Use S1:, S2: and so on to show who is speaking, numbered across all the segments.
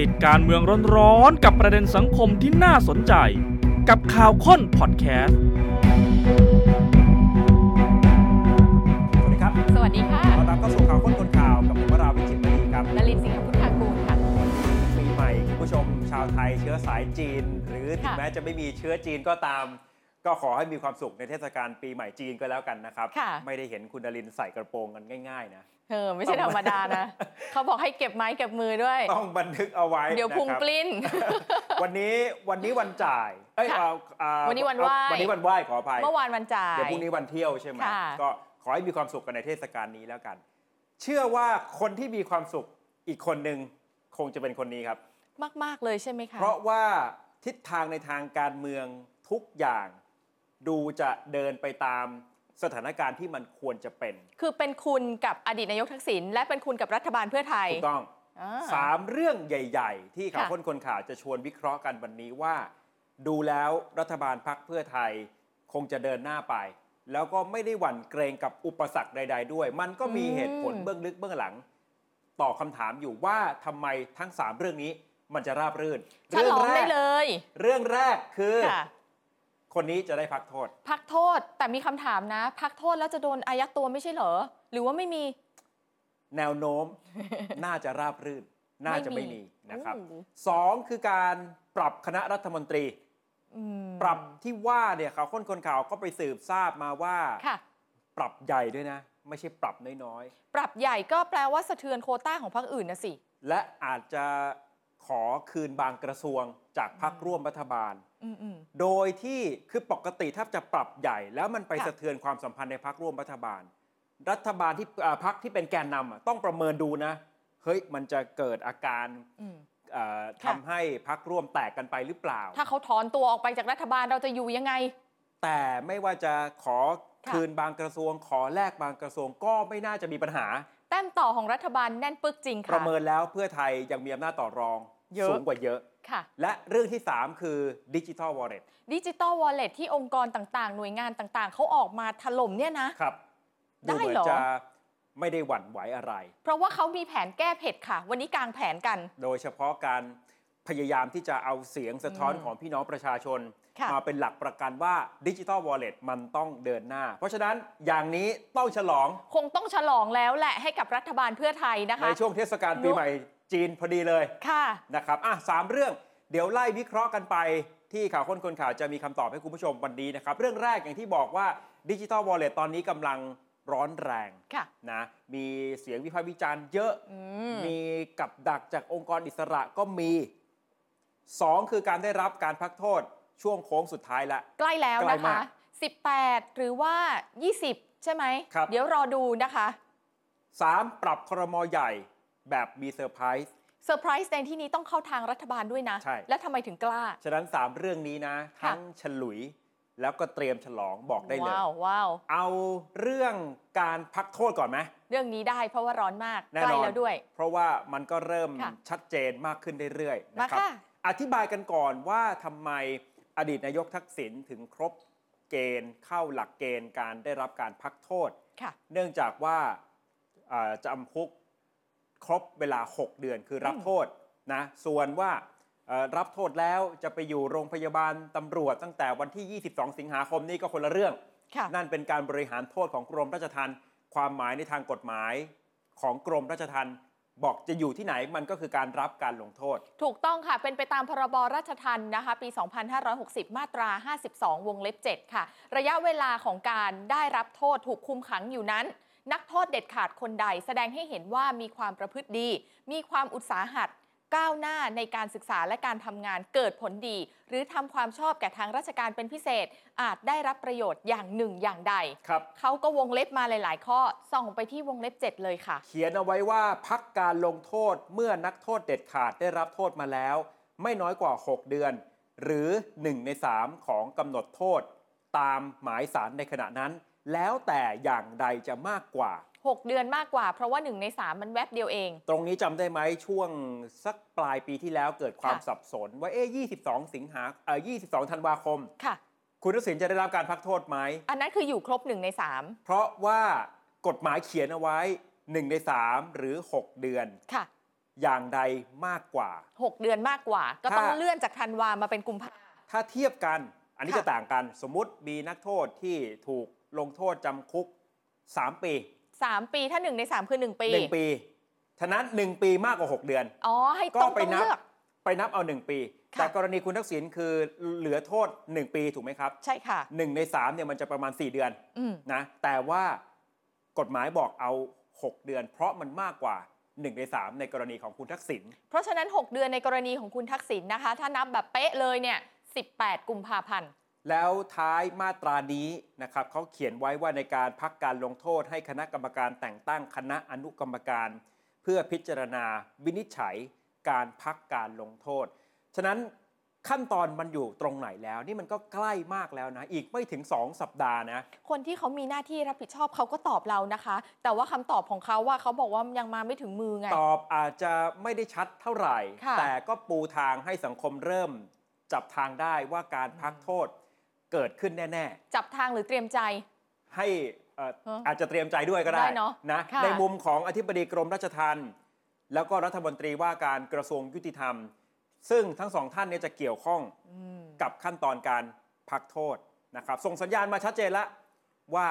S1: ติดการเมืองร้อนๆกับประเด็นสังคมที่น่าสนใจ กับข่าวค้นพอดแคสต์
S2: สวัสดีครับ
S3: สวัสดีค่ะ
S2: ขอต้อนรับเข้าสู่ข่าวค้นคนข่าวกับผมวราวิจิตรมณีครับ
S3: นลินสิงห์พุทธากูลค่ะ
S2: ปีใหม่คุณผู้ชมชาวไทยเชื้อสายจีน หรือถึง
S3: ค่ะ
S2: แม้จะไม่มีเชื้อจีนก็ตาม ก็ขอให้มีความสุขในเทศกาลปีใหม่จีนก็แล้วกันนะครับ
S3: ค่ะ
S2: ไม่ได้เห็นคุณดารินใส่กระโปรงกันง่าย ๆ นะ
S3: เออไม่ใช่ธรรมดานะ เขาบอกให้เก็บไม้เก็บมือด้วย
S2: ต้องบันทึกเอาไว้
S3: เดี๋ยวพุง
S2: นะครับ
S3: ปลิ้น
S2: วันนี้วันนี้วันจ่ายเอ้ย
S3: ค่ะ
S2: เอาเอา
S3: วันนี้วันไหว้
S2: วันนี้วันไหว้ขออภัย
S3: เมื่อวานวันจ่าย
S2: เดี๋ยวพรุ่งนี้วันเที่ยวใช่ไหม
S3: ค่ะ
S2: ก็ขอให้มีความสุขกันในเทศกาลนี้แล้วกัน เชื่อว่าคนที่มีความสุขอีกคนหนึ่งคงจะเป็นคนนี้ครับ
S3: มาก ๆ เลยใช่ไหมคะ
S2: เพราะว่าทิศทางในทางการเมืองทุกอย่าง ดูจะเดินไปตามสถานการณ์ที่มันควรจะเป็น
S3: คือเป็นคุณกับอดีตนายกทักษิณและเป็นคุณกับรัฐบาลเพื่อไทย
S2: ถูกต้อง
S3: อ่
S2: สามเรื่องใหญ่ ๆ ที่ข่าว
S3: ค่ะ
S2: ค้นคนข่าวจะชวนวิเคราะห์กันวันนี้ว่า ดูแล้วรัฐบาลพักเพื่อไทย คงจะเดินหน้าไป แล้วก็ไม่ได้หวั่นเกรงกับอุปสรรคใด ๆ ด้วย มันก็มีเหตุผลเบื้องลึกเบื้องหลังตอบคำถามอยู่ว่าทำไมทั้งสามเรื่องนี้มันจะราบรื่น
S3: ฉลองได้เลย
S2: เรื่องแรกคือ
S3: ค่ะ
S2: คนนี้จะได้พักโทษ
S3: พักโทษแต่มีคำถามนะ พักโทษแล้วจะโดนอายัดตัวไม่ใช่เหรอ หรือว่าไม่มี
S2: แนวโน้ม น่าจะราบรื่น น่าจะไม่
S3: ไม่มี
S2: มีนะครับ
S3: อืม
S2: สองคือการปรับคณะรัฐมนตรี
S3: อืม
S2: ปรับที่ว่าเนี่ยข่าวค้นคนข่าวก็ไปสืบทราบมาว่า
S3: ค่ะ
S2: ปรับใหญ่ด้วยนะ ไม่ใช่ปรับน้อย
S3: ปรับใหญ่ก็แปลว่าสะเทือนโควต้าของพรรคอื่นนะสิ
S2: ๆ และอาจจะขอคืนบางกระทรวงจากพักร่วมรัฐบาล
S3: อืมอืม
S2: โดยที่คือปกติถ้าจะปรับใหญ่ แล้วมันไป
S3: ค่ะ
S2: สะเทือนความสัมพันธ์ในพักร่วมรัฐบาล รัฐบาลที่อ่าพักที่เป็นแกนนำอะต้องประเมินดูนะเฮ้ยมันจะเกิดอาการ
S3: อืม
S2: เอ่อ
S3: ค่ะ
S2: ทำให้พักร่วมแตกกันไปหรือเปล่า
S3: ถ้าเขาถอนตัวออกไปจากรัฐบาลเราจะอยู่ยังไง
S2: แต่ไม่ว่าจะขอ
S3: ค่ะ
S2: คืนบางกระทรวง ขอแลกบางกระทรวงก็ไม่น่าจะมีปัญหา
S3: แต้มต่อของรัฐบาลแน่นปึกจริง
S2: ป
S3: ค่ะ
S2: ระเมินแล้วเพื่อไทยยังมีอำนาจต่อรอง
S3: เยอะ
S2: สูงกว่าเยอะ
S3: ค่ะ
S2: และเรื่องที่ 3 คือดิจิทัลวอลเล็ต
S3: ดิจิตอลวอลเล็ตที่องค์กรต่างๆ หน่วยงานต่างๆ เขาออกมาถล่มเนี่ยนะ
S2: ครับ
S3: ได้
S2: ดูเหมือ
S3: เหร
S2: น
S3: อ
S2: จะไม่ได้หวั่นไหวอะไร
S3: เพราะว่าเขามีแผนแก้เผ็ดค่ะ วันนี้กางแผนกัน
S2: โดยเฉพาะการพยายามที่จะเอาเสียงสะท้อน
S3: อืม
S2: ของพี่น้องประชาชน
S3: ค่ะ
S2: มาเป็นหลักประกันว่าดิจิทัลวอลเล็ตมันต้องเดินหน้า เพราะฉะนั้นอย่างนี้ต้องฉลอง
S3: คงต้องฉลองแล้วแหละให้กับรัฐบาลเพื่อไทยนะคะ
S2: ในช่วงเทศกาลปีใหม่จีนพอดีเลย
S3: ค่ะ
S2: นะครับอ่ะสามเรื่องเดี๋ยวไล่วิเคราะห์กันไป ที่ข่าวค้นคนข่าวจะมีคำตอบให้คุณผู้ชมวันนี้นะครับ เรื่องแรกอย่างที่บอกว่าดิจิ t a ลวอลเล็ตตอนนี้กำลังร้อนแรง
S3: ค่ะ
S2: นะมีเสียงวิพากษ์วิจารณ์เยอะ
S3: อืม
S2: กับดักจากองค์กรอิสระก็มีสองคือการได้รับการพักโทษช่วงโค้งสุดท้ายละ
S3: ใกล้แล้ว
S2: ใกล้
S3: นะ
S2: มา
S3: คะ
S2: ก
S3: 18 หรือว่า 20 ใช่ไหม
S2: ครับ
S3: เดี๋ยวรอดูนะคะ
S2: สามปรับครมใหญ่แบบมีเซอร์ไพรส์
S3: เซอร์ไพรส์ในที่นี้ต้องเข้าทางรัฐบาลด้วยนะ
S2: ใช่
S3: และทำไมถึงกล้า
S2: ฉะนั้นสามเรื่องนี้นะ ทั้งฉลุยแล้วก็เตรียมฉลองบอกได้เลย
S3: ว้าวว้าว
S2: เอาเรื่องการพักโทษก่อนไหม
S3: เรื่องนี้ได้เพราะว่าร้อนมาก
S2: แน่
S3: ใกล้
S2: นอน
S3: แล้วด้วย
S2: เพราะว่ามันก็เริ่ม
S3: ค่ะ
S2: ชัดเจนมากขึ้นเรื่อยๆ
S3: มา
S2: นะครับ
S3: ค่ะ
S2: อธิบายกันก่อนว่าทำไมอดีตนายกทักษิณถึงครบเกณฑ์เข้าหลักเกณฑ์การได้รับการพักโทษ
S3: ค่ะ
S2: เนื่องจากว่าเอ่อจำคุกครบเวลา 6 เดือนคือรับ
S3: อืม
S2: โทษนะ ส่วนว่าเอ่อรับโทษแล้วจะไปอยู่โรงพยาบาลตำรวจตั้งแต่วันที่ 22 สิงหาคมนี่ก็คนละเรื่อง
S3: ค่ะ
S2: นั่นเป็นการบริหารโทษของกรมราชทัณฑ์ความหมายในทางกฎหมายของกรมราชทัณฑ์บอกจะอยู่ที่ไหนมันก็คือการรับการลงโทษ
S3: ถูกต้องค่ะ เป็นไปตามพรบราชทัณฑ์นะคะ ปี 2560 มาตรา 52 วงเล็บ 7 ค่ะ ระยะเวลาของการได้รับโทษถูกคุมขังอยู่นั้น นักโทษเด็ดขาดคนใด แสดงให้เห็นว่ามีความประพฤติดี มีความอุตสาหะก้าวหน้าในการศึกษาและการทำงานเกิดผลดี หรือทำความชอบแก่ทางราชการเป็นพิเศษ อาจได้รับประโยชน์อย่างหนึ่งอย่างใด
S2: ครับ
S3: เขาก็วงเล็บมาหลาย ๆ ข้อ ส่องไปที่วงเล็บ 7 เลยค่ะ
S2: เขียนเอาไว้ว่าพักการลงโทษเมื่อนักโทษเด็ดขาดได้รับโทษมาแล้ว ไม่น้อยกว่า 6 เดือน หรือ 1 ใน 3 ของกำหนดโทษ ตามหมายสารในขณะนั้น แล้วแต่อย่างใดจะมากกว่า
S3: 6 เดือนมากกว่า เพราะว่าหนึ่งในสามมันแวบเดียวเอง
S2: ตรงนี้จำได้ไหมช่วงสักปลายปีที่แล้วเกิดความ
S3: ค่ะ
S2: สับสน ว่าเอ๊ะ22 สิงหาเอ่อ22 ธันวาคม
S3: ค่ะ
S2: คุณทักษิณจะได้รับการพักโทษไหม
S3: อันนั้นคืออยู่ครบหนึ่งในสาม
S2: เพราะว่ากฎหมายเขียนเอาไว้ 1 ใน 3 หรือ 6 เดือน
S3: ค่ะ
S2: อย่างใดมากกว่า
S3: หกเดือนมากกว่า ก็ต้อง
S2: ถ้า
S3: เลื่อนจากธันวามาเป็นกุมภา
S2: ถ้าเทียบกัน อันนี้
S3: ค่ะ
S2: จะต่างกัน สมมติมีนักโทษที่ถูกลงโทษจำคุก 3 ปี
S3: สามปีถ้าหนึ่งในสามคือหนึ่งปี
S2: 1 ปี ฉะนั้น 1 ปีมากกว่า 6 เดือน
S3: อ๋อ ให้
S2: ก็
S3: ต้อง
S2: ไป
S3: ต้อง
S2: นับ
S3: เลือก
S2: ไปนับเอา 1 ปี
S3: ค่ะ
S2: แต่กรณีคุณทักษิณคือเหลือโทษ 1 ปีถูกไหมครับ
S3: ใช่ค่ะ
S2: 1 ใน 3เนี่ยมันจะประมาณ 4 เดือน
S3: อืม
S2: นะ แต่ว่ากฎหมายบอกเอา 6 เดือน เพราะมันมากกว่า 1 ใน 3 ในกรณีของคุณทักษิณ
S3: เพราะฉะนั้น 6 เดือนในกรณีของคุณทักษิณนะคะ ถ้านับแบบเป๊ะเลยเนี่ย 18 กุมภาพันธ์
S2: แล้วท้ายมาตรานี้นะครับเขาเขียนไว้ว่าในการพักการลงโทษให้คณะกรรมการแต่งตั้งคณะอนุกรรมการ เพื่อพิจารณาวินิจฉัยการพักการลงโทษ ฉะนั้นขั้นตอนมันอยู่ตรงไหนแล้ว นี่มันก็ใกล้มากแล้วนะ อีกไม่ถึง 2 สัปดาห์นะ
S3: คนที่เขามีหน้าที่รับผิดชอบเขาก็ตอบเรานะคะ แต่ว่าคำตอบของเขาว่าเขาบอกว่ายังมาไม่ถึงมือไง
S2: ตอบอาจจะไม่ได้ชัดเท่าไหร่
S3: ค่ะ
S2: แต่ก็ปูทางให้สังคมเริ่ม จับทางได้ว่าการพักโทษเกิดขึ้นแน่ ๆ
S3: จับทางหรือเตรียมใจ
S2: ให้เอ่อ
S3: ฮะ
S2: อาจจะเตรียมใจด้วยก็ได้
S3: ได้เนอะ
S2: นะ
S3: ค่ะ
S2: ในมุมของอธิบดีกรมราชทัณฑ์แล้วก็รัฐมนตรีว่าการกระทรวงยุติธรรม ซึ่งทั้งสองท่านเนี่ยจะเกี่ยวข้องกับขั้นตอนการพักโทษนะครับ ส่งสัญญาณมาชัดเจนละว่า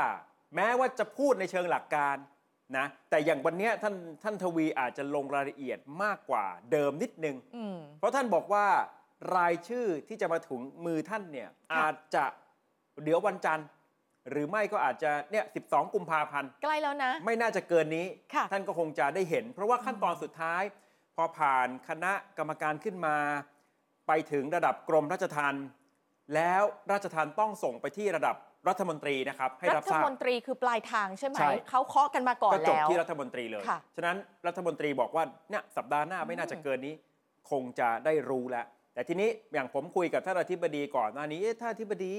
S2: แม้ว่าจะพูดในเชิงหลักการนะแต่อย่างวันเนี้ยท่านท่านทวีอาจจะลงรายละเอียดมากกว่าเดิมนิดนึง
S3: ืม
S2: เพราะท่านบอกว่ารายชื่อที่จะมาถึงมือท่านเนี่ย
S3: ค่ะ
S2: อาจจะเดี๋ยววันจันทร์ หรือไม่ก็อาจจะเนี่ย12 กุมภาพันธ์
S3: ใกล้แล้วนะ
S2: ไม่น่าจะเกินนี้
S3: ค่ะ
S2: ท่านก็คงจะได้เห็น เพราะว่าขั้นตอนสุดท้าย พอผ่านคณะกรรมการขึ้นมา ไปถึงระดับกรมราชทัณฑ์แล้วราชทัณฑ์ต้องส่งไปที่ระดับรัฐมนตรีนะครับให้
S3: รั
S2: รับ
S3: ฐ
S2: ทราบ
S3: มนตรีคือปลายทางใช่ไหม
S2: ใช่
S3: เขาเคาะกันมาก่อน
S2: ก็จบ
S3: แล้ว
S2: ที่รัฐมนตรีเลย
S3: ค่ะ
S2: ฉะนั้นรัฐมนตรีบอกว่าเนี่ยสัปดาห์หน้าไม่น่าจะ
S3: อืม
S2: เกินนี้ คงจะได้รู้แล้ว แต่ทีนี้อย่างผมคุยกับท่านอธิบดีก่อนหน้านี้เอ๊ะท่านอธิบดี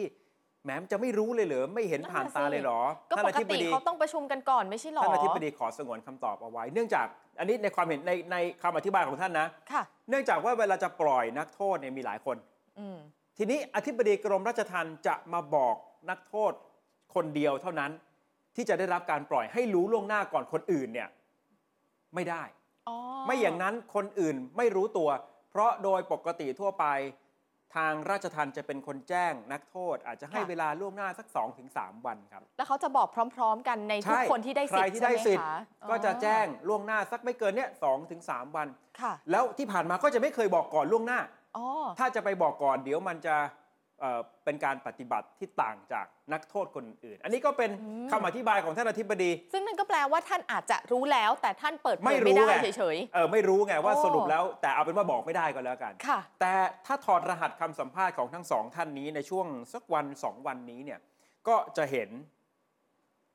S2: แหมมจะไม่รู้เลยเหรอไม่เห็นผ่านตาเลยเหรอ
S3: ก็
S2: ท่าน
S3: ป
S2: อก ธิบ
S3: ติ
S2: ดี
S3: เขาต้องประชุมกันก่อนไม่ใช่หรอ
S2: ท่านอธิบดีขอสงวนคำตอบเอาไว้ เนื่องจากอันนี้ในความเห็นในในคำอธิบายของท่านนะ
S3: ค่ะ
S2: เนื่องจากว่าเวลาจะปล่อยนักโทษเนี่ยมีหลายคน
S3: อืม
S2: ทีนี้อธิบดีกรมราชทัณฑ์จะมาบอกนักโทษคนเดียวเท่านั้น ที่จะได้รับการปล่อยให้รู้ล่วงหน้าก่อนคนอื่นเนี่ยไม่ได้
S3: อ๋อ
S2: ไม่อย่างนั้นคนอื่นไม่รู้ตัว เพราะโดยปกติทั่วไป ทางราชทัณฑ์จะเป็นคนแจ้งนักโทษ อาจจะให้
S3: ค่ะ
S2: เวลาล่วงหน้าสัก 2-3 วันครับ
S3: แล้วเขาจะบอกพร้อม ๆ กันในทุกคนที่ได้
S2: ใค
S3: สิ
S2: ร
S3: ทธิ์
S2: ที่
S3: ใช่
S2: ได้
S3: ไหม
S2: สิทธิ์
S3: คะ
S2: ก็จะแจ้งล่วงหน้าสักไม่เกินเนี่ยสองถึงสามวัน
S3: ค่ะ
S2: แล้วที่ผ่านมาก็จะไม่เคยบอกก่อนล่วงหน้า
S3: อ๋อ
S2: ถ้าจะไปบอกก่อนเดี๋ยวมันจะเอ่อเป็นการปฏิบัติที่ต่างจากนักโทษคนอื่น อันนี้ก็เป็น
S3: อืม
S2: คำอธิบายของท่านอธิบดี
S3: ซึ่งนั่นก็แปลว่าท่านอาจจะรู้แล้ว แต่ท่านเปิดเผ
S2: ไม่
S3: ย
S2: รู้
S3: ไม่ได้
S2: ไง
S3: เฉย
S2: เออไม่รู้ไงว่า
S3: โอ้
S2: สรุปแล้วแต่เอาเป็นว่าบอกไม่ได้ก็แล้วกัน
S3: ๆ ค่ะ
S2: แต่ถ้าถอดรหัสคำสัมภาษณ์ของทั้งสองท่านนี้ในช่วงสักวันสองวันนี้เนี่ยก็จะเห็น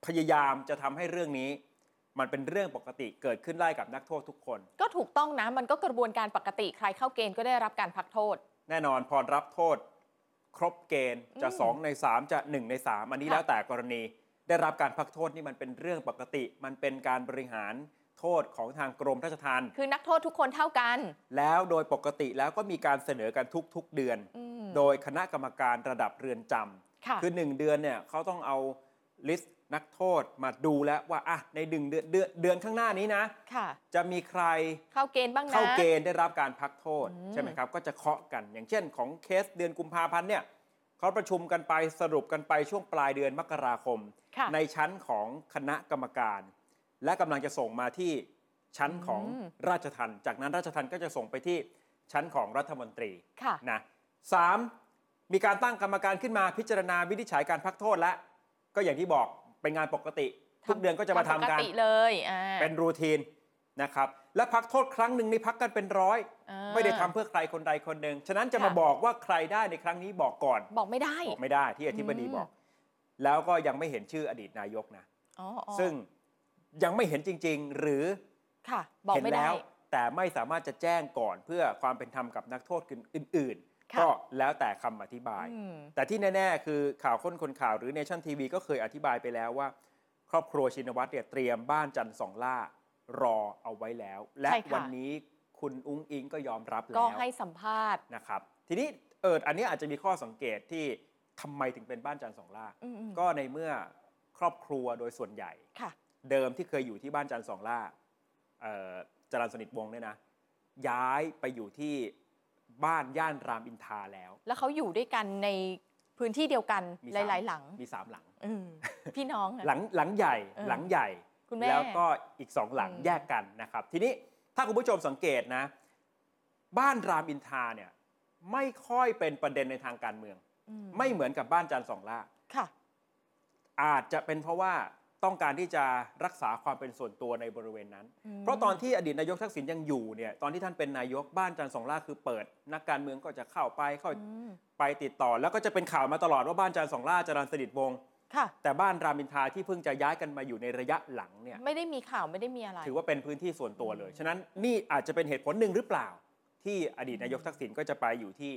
S2: พยายามจะทำให้เรื่องนี้ มันเป็นเรื่องปกติเกิดขึ้นได้กับนักโทษทุกคน
S3: ก็ถูกต้องนะ มันก็กระบวนการปกติใครเข้าเกณฑ์ก็ได้รับการพักโทษ
S2: แน่นอนพอรับโทษ ครบเกณฑ์จะ
S3: อืม
S2: 2 ใน 3 จะ 1 ใน 3 อันนี้
S3: ค่ะ
S2: แล้วแต่กรณี ได้รับการพักโทษนี่มันเป็นเรื่องปกติ มันเป็นการบริหารโทษของทางกรมราชทัณฑ์
S3: คือนักโทษทุกคนเท่ากัน
S2: แล้วโดยปกติแล้วก็มีการเสนอกันทุกๆเดือน
S3: อืม
S2: โดยคณะกรรมการระดับเรือนจำ
S3: ค่ะ
S2: คือ 1 เดือนเนี่ยเขาต้องเอาลิสต์นักโทษมาดูแล้วว่าอ่ะในหนึ่งเดือนเดือนเดือนข้างหน้านี้นะ
S3: ค่ะ
S2: จะมีใคร
S3: เข้าเกณฑ์บ้างนะ
S2: เข้าเกณฑ์ได้รับการพักโทษ
S3: อืม
S2: ใช่ไหมครับ ก็จะเคาะกันอย่างเช่นของเคสเดือนกุมภาพันธ์เนี่ยเขาประชุมกันไปสรุปกันไปช่วงปลายเดือนมกราคม
S3: ค่ะ
S2: ในชั้นของคณะกรรมการ และกำลังจะส่งมาที่ชั้นของ
S3: อืม
S2: ราชทัณฑ์จากนั้นราชทัณฑ์ก็จะส่งไปที่ชั้นของรัฐมนตรี
S3: ค่ะ
S2: นะสามมีการตั้งกรรมการขึ้นมาพิจารณาวินิจฉัยการพักโทษและ ก็อย่างที่บอกเป็นงานปกติ ทุกเดือนก็จะมาทำ
S3: ปก
S2: กัน
S3: ติเลยอ่า
S2: เป็นรูทีนนะครับและพักโทษครั้งหนึ่งนี่พักกันเป็นร้อย
S3: อ่า
S2: ไม่ได้ทำเพื่อใครคนใดคนหนึ่งฉะนั้นจะมา
S3: ค่ะ
S2: บอกว่าใครได้ในครั้งนี้บอกก่อน
S3: บอกไม่ได้
S2: บอกไม่ได้ที่อธิบดีบอก แล้วก็ยังไม่เห็นชื่ออดีตนายกนะ
S3: อ๋ออ๋อ
S2: ซึ่งยังไม่เห็นจริง ๆ หรือ
S3: ค่ะ บอก
S2: เห็น
S3: ไม่
S2: แล้
S3: ได้
S2: วแต่ไม่สามารถจะแจ้งก่อนเพื่อความเป็นธรรมกับนักโทษอื่นๆ
S3: ค่ะ
S2: ก็แล้วแต่คำอธิบาย
S3: อืม
S2: แต่ที่แน่ ๆ คือข่าวค้นคนข่าวหรือเนชั่นทีวีก็เคยอธิบายไปแล้วว่า ครอบครัวชินวัตรเนี่ยเตรียมบ้านจันทร์สองล่ารอเอาไว้แล้ว และ
S3: ใช่ค่ะ
S2: วันนี้คุณอุ้งอิงก็ยอมรับแล้ว
S3: ก็ให้สัมภาษณ์
S2: นะครับ ทีนี้เอออันนี้อาจจะมีข้อสังเกตที่ทำไมถึงเป็นบ้านจันทร์สองล่า
S3: อืมๆ
S2: ก็ในเมื่อครอบครัวโดยส่วนใหญ่
S3: ค่ะ
S2: เดิมที่เคยอยู่ที่บ้านจันทร์สองล่าเอ่อจรันสนิทวงศ์เนี่ยนะ ย้ายไปอยู่ที่บ้านย่านรามอินทราแล้ว
S3: แล้วเขาอยู่ด้วยกันในพื้นที่เดียวกัน
S2: มี
S3: ห
S2: สาม
S3: ลาย ๆ หลัง
S2: มีสามหลัง
S3: อืมพี่น้องอะ
S2: หลังหลังใหญ่
S3: เออ
S2: หลังใหญ่
S3: คุณแม่
S2: แล้วก็อีกสองหลัง
S3: อืม
S2: แยกกันนะครับ ทีนี้ถ้าคุณผู้ชมสังเกตนะ บ้านรามอินทราเนี่ยไม่ค่อยเป็นประเด็นในทางการเมือง
S3: อื
S2: ไม่เหมือนกับบ้านจันทร์สองล่า
S3: ค่ะ
S2: อาจจะเป็นเพราะว่าต้องการที่จะรักษาความเป็นส่วนตัวในบริเวณนั้น
S3: อืม
S2: เพราะตอนที่อดีตนายกทักษิณยังอยู่เนี่ยตอนที่ท่านเป็นนายกบ้านจันทร์สองล่าคือเปิด นักการเมืองก็จะเข้าไปเข้า
S3: อืม
S2: ไปติดต่อ แล้วก็จะเป็นข่าวมาตลอดว่าบ้านจันทร์สองล่าจรันสนิทวงศ์
S3: ค่ะ
S2: แต่บ้านรามอินทราที่เพิ่งจะย้ายกันมาอยู่ในระยะหลังเนี่ย
S3: ไม่ได้มีข่าวไม่ได้มีอะไร
S2: ถือว่าเป็นพื้นที่ส่วนตัวเลย ฉะนั้นนี่อาจจะเป็นเหตุผลหนึ่งหรือเปล่า ที่อดีตนายกทักษิณก็จะไปอยู่ที่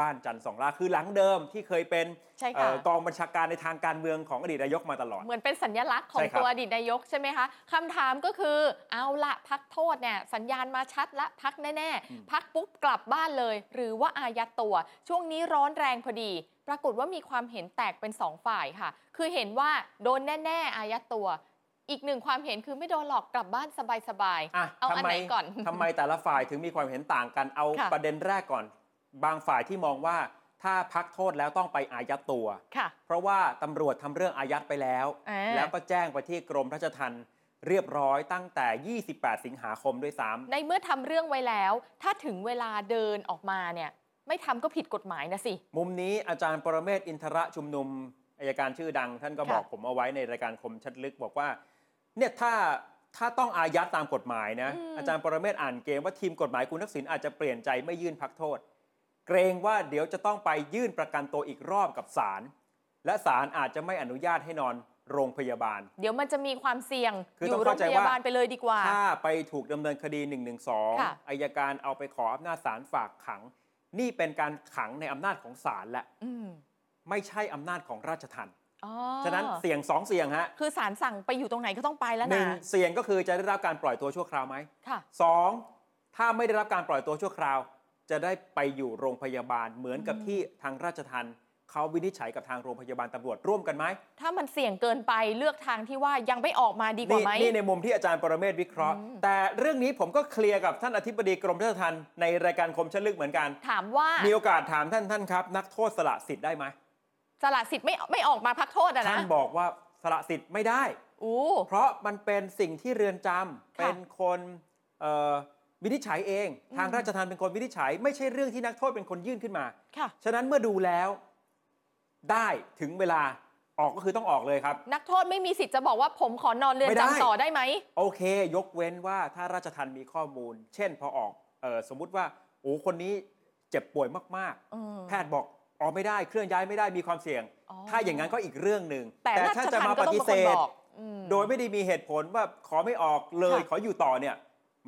S2: บ้านจันทร์สองล่าคือหลังเดิมที่เคยเป็น
S3: ใช่ค่ะ
S2: เอ่อกองบัญชาการในทางการเมืองของอดีตนายกมาตลอด
S3: เหมือนเป็นสัญลักษณ์ของ
S2: ใช่ครับ
S3: ตัวอดีตนายกใช่ไหมคะคำถามก็คือเอาละพักโทษเนี่ยสัญญาณมาชัดละพักแน่ๆ พักปุ๊บกลับบ้านเลย หรือว่าอายัดตัว ช่วงนี้ร้อนแรงพอดี ปรากฏว่ามีความเห็นแตกเป็นสองฝ่ายค่ะ คือเห็นว่าโดนแน่ๆ อายัดตัว อีกหนึ่งความเห็นคือไม่โดนหลอกกลับบ้านสบาย
S2: อ่ะ
S3: ๆ เอาอันไหนก่อน
S2: ทำไมแต่ละฝ่ายถึงมีความเห็นต่างกันเอา
S3: ค่ะ
S2: ประเด็นแรกก่อน บางฝ่ายที่มองว่าถ้าพักโทษแล้วต้องไปอายัดตัว
S3: ค่ะ
S2: เพราะว่าตำรวจทำเรื่องอายัดไปแล้ว
S3: อ่า
S2: แล้วก็แจ้งไปที่กรมราชทัณฑ์เรียบร้อยตั้งแต่ 28 สิงหาคมด้วยซ้ำ
S3: ในเมื่อทำเรื่องไว้แล้ว ถ้าถึงเวลาเดินออกมาเนี่ยไม่ทำก็ผิดกฎหมายนะสิ
S2: มุมนี้อาจารย์ปรเมศวร์อินทระชุมนุมอายการชื่อดัง ท่านก็
S3: ค่ะ
S2: บอกผมเอาไว้ในรายการคมชัดลึกบอกว่าเนี่ยถ้าถ้าต้องอายัดตามกฎหมายนะ
S3: อืม
S2: อาจารย์ปรเมศวร์อ่านเกมว่าทีมกฎหมายคุณทักษิณอาจจะเปลี่ยนใจไม่ยื่นพักโทษ เกรงว่าเดี๋ยวจะต้องไปยื่นประกันตัวอีกรอบกับศาลและศาลอาจจะไม่อนุญาตให้นอนโรงพยาบาล
S3: เดี๋ยวมันจะมีความเสี่ยง
S2: คือ
S3: อ
S2: ต้อง
S3: ยู่โร
S2: เข้าง ใจ
S3: พ
S2: ว่า
S3: ยาบาลไปเลยดีกว่า
S2: ถ้าไปถูกดำเนินคดี
S3: ค่ะ
S2: 112อายการเอาไปขออำนาจศาลฝากขัง นี่เป็นการขังในอำนาจของศาลและ
S3: อืม
S2: ไม่ใช่อำนาจของราชทัณฑ
S3: อ๋อ
S2: ฉะนั้นเสี่ยงสองเสี่ยงฮะ
S3: คือสารสั่งไปอยู่ตรงไหนก็ต้องไปแล้ว
S2: หนึ่ง
S3: นะ
S2: เสี่ยงก็คือจะได้รับการปล่อยตัวชั่วคราวไหม
S3: ค่ะ
S2: สองถ้าไม่ได้รับการปล่อยตัวชั่วคราว จะได้ไปอยู่โรงพยาบาลเหมือนกับ
S3: อืม
S2: ที่ทางราชทัณฑ์เขาวินิจฉัยกับทางโรงพยาบาลตำรวจร่วมกันไหม
S3: ถ้ามันเสี่ยงเกินไปเลือกทางที่ว่ายังไม่ออกมาดีกว่าไหม
S2: นี่นี่ในมุมที่อาจารย์ปรเมศวิเคราะห์
S3: อืม
S2: แต่เรื่องนี้ผมก็เคลียร์กับท่านอธิบดีกรมราชทัณฑ์ในรายการคมชัดลึกเหมือนกัน
S3: ถามว่า
S2: มีโอกาสถามท่านท่านครับ นักโทษสละสิทธิ์ได้ไหม
S3: สละสิทธิ์ไม่ไม่ออกมาพักโทษอะ
S2: ท่า
S3: นะ
S2: นบอกว่าสละสิทธิ์ไม่ได้
S3: อู้
S2: เพราะมันเป็นสิ่งที่เรือนจำ
S3: ค่ะ
S2: เป็นคนเอ่อวินิจฉัยเอง
S3: อืม
S2: ทางราชทานเป็นคนวินิจฉัย ไม่ใช่เรื่องที่นักโทษเป็นคนยื่นขึ้นมา
S3: ค่ะ
S2: ฉะนั้นเมื่อดูแล้วได้ถึงเวลาออกก็คือต้องออกเลยครับ
S3: นักโทษไม่มีสิทธิ์จะบอกว่าผมขอนอนเรือน
S2: ไม่ได้
S3: จำต่อได้ไหม
S2: โอเค ยกเว้นว่าถ้าราชทันมีข้อมูล เช่นพอออกเออสมมุติว่าโอ้คนนี้เจ็บป่วยมาก
S3: อืม
S2: ๆ แพทย์บอกออกไม่ได้เคลื่อนย้ายไม่ได้มีความเสี่ยง
S3: อ๋อ
S2: ถ้าอย่างนั้นก็อีกเรื่องหนึ่ง
S3: แต่ราช
S2: ถ้า
S3: ทั
S2: จะ
S3: น
S2: มา
S3: ก็
S2: ป
S3: ต้อง
S2: ฏิ
S3: เป็น
S2: เส
S3: คน
S2: ธ
S3: บอกอืม
S2: โดยไม่ได้มีเหตุผลว่าขอไม่ออกเลย
S3: ค่ะ
S2: ขออยู่ต่อเนี่ย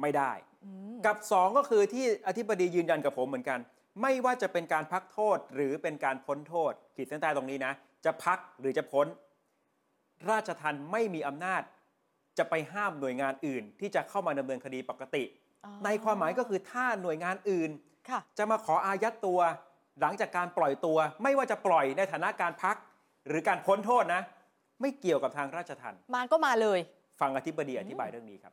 S2: ไม่ได้
S3: อืม
S2: กับ 2 ก็คือที่อธิบดียืนยันกับผมเหมือนกัน ไม่ว่าจะเป็นการพักโทษหรือเป็นการพ้นโทษ ขีดเส้นใต้ตรงนี้นะ จะพักหรือจะพ้น ราชทันไม่มีอำนาจ จะไปห้ามหน่วยงานอื่น ที่จะเข้ามาดำเนินคดีปกติ
S3: อ๋อ
S2: ในความหมายก็คือถ้าหน่วยงานอื่น
S3: ค่ะ
S2: จะมาขออายัดตัว หลังจากการปล่อยตัว ไม่ว่าจะปล่อยในฐานะการพัก หรือการพ้นโทษนะ ไม่เกี่ยวกับทางราชทัน
S3: มาก็มาเลย
S2: ฟังอธิบดีอธิบายเรื่องนี้ครับ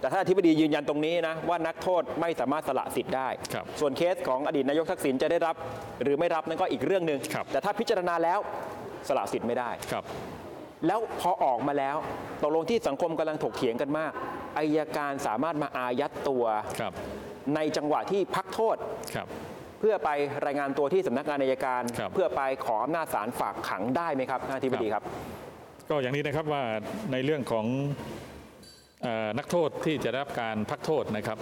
S2: แต่ถ้าอธิบดียืนยันตรงนี้นะ ว่านักโทษไม่สามารถสละสิทธิ์ได้
S4: ครับ
S2: ส่วนเคสของอดีตนายกทักษิณจะได้รับ หรือไม่รับนั่นก็อีกเรื่องหนึ
S4: ครั่ บ
S2: งแต่ถ้าพิจารณาแล้วสละสิทธิ์ไม่ได้
S4: ครับ
S2: แล้วพอออกมาแล้วตกลงที่สังคมกำลังถกเถียงกันมากอายการสามารถมาอายัดตัว
S4: ครับ
S2: ในจังหวะที่พักโทษ
S4: ครับ
S2: เพื่อไปรายงานตัวที่สำนักงานอายการ
S4: ครับ
S2: เพื่อไปขออำนาจศาลฝากขังได้ไหมครับท่านอธิบดีครับ
S4: ก็อย่างนี้นะครับว่าในเรื่องของเอ่อนักโทษที่จะได้รับการพักโทษนะครับ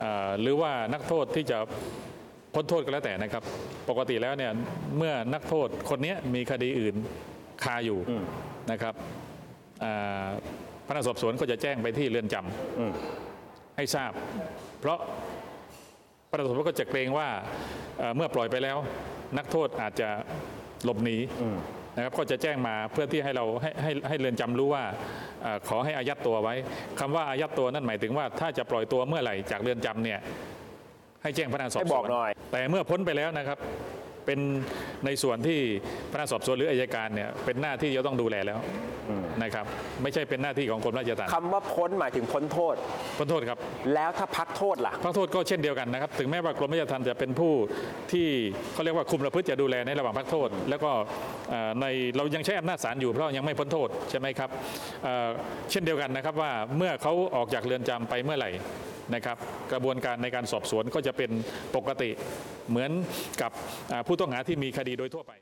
S4: เอ่อหรือว่านักโทษที่จะพ้นโทษก็แล้วแต่นะครับ ปกติแล้วเนี่ยเมื่อนักโทษคนเนี้ยมีคดีอื่นคาอยู่
S2: อืม
S4: นะครับเอ่อพนักงานสอบสวนก็จะแจ้งไปที่เรือนจำ
S2: อืม
S4: ให้ทราบ เพราะพนักงานสอบสวนก็จะเกรงว่าเอ่อเมื่อปล่อยไปแล้ว นักโทษอาจจะหลบหนี นะครับก็จะแจ้งมาเพื่อที่ให้เราให้ให้ให้เรือนจำรู้ว่าเอ่อขอให้อายัดตัวไว้คำว่าอายัดตัวนั่นหมายถึงว่าถ้าจะปล่อยตัวเมื่อไหร่จากเรือนจำเนี่ยให้แจ้งพนักงานสอบ
S2: ให้
S4: ส
S2: บอ
S4: ว
S2: ก
S4: น
S2: หน่อย
S4: แต่เมื่อพ้นไปแล้วนะครับ ไป เป็นในส่วนที่พนักงานสอบสวนหรืออายการเนี่ยเป็นหน้าที่จะต้องดูแลแล้ว
S2: อืม
S4: นะครับ ไม่ใช่เป็นหน้าที่ของกรมราชทัณฑ์
S2: คำว่าพ้นหมายถึงพ้นโทษ
S4: พ้นโทษครับ
S2: แล้วถ้าพักโทษล่ะ
S4: พักโทษก็เช่นเดียวกันนะครับ ถึงแม้ว่ากรมราชทัณฑ์จะเป็นผู้ที่เขาเรียกว่าคุมประพฤติจะดูแลในระหว่างพักโทษ แล้วก็เอ่อในเรายังใช้อำนาจศาลอยู่เพราะยังไม่พ้นโทษใช่ไหมครับเอ่อเช่นเดียวกันนะครับว่าเมื่อเขาออกจากเรือนจำไปเมื่อไหร่นะครับ กระบวนการในการสอบสวนก็จะเป็นปกติเหมือนกับอ่าผู้ต้องหาที่มีคดีโดยทั่วไป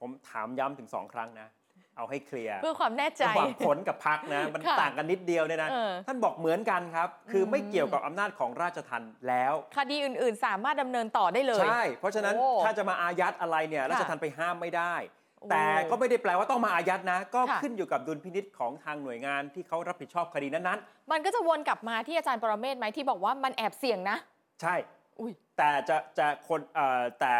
S2: ผมถามย้ำถึงสองครั้งนะ เอาให้เคลียร์
S3: เพื่อความแน่ใจ
S2: ระหว่างผลกับพักนะ มัน
S3: ค่ะ
S2: ต่างกันนิดเดียวเนี่ยนะ
S3: เออ
S2: ท่านบอกเหมือนกันครับ คือไม่เกี่ยวกับอำนาจของราชทัณฑ์แล้ว
S3: คดีอื่น ๆ สามารถดำเนินต่อได้เลย
S2: ใช่ เพราะฉะนั้น
S3: โอ้
S2: ถ้าจะมาอายัดอะไรเนี่ย
S3: ค่ะ
S2: ราชทัณฑ์ไปห้ามไม่ได้
S3: โอ้
S2: แต่ก็ไม่ได้แปลว่าต้องมาอายัดนะ ก็
S3: ค่ะ
S2: ขึ้นอยู่กับดุลพินิษของทางหน่วยงานที่เขารับผิดชอบคดีนั้น
S3: มันก็จะวนกลับมาที่อาจารย์ปรเมศไหมที่บอกว่ามันแอบเสี่ยงนะ
S2: ๆ ใช่
S3: อุ้ย
S2: แต่จะจะคนเอ่อแต่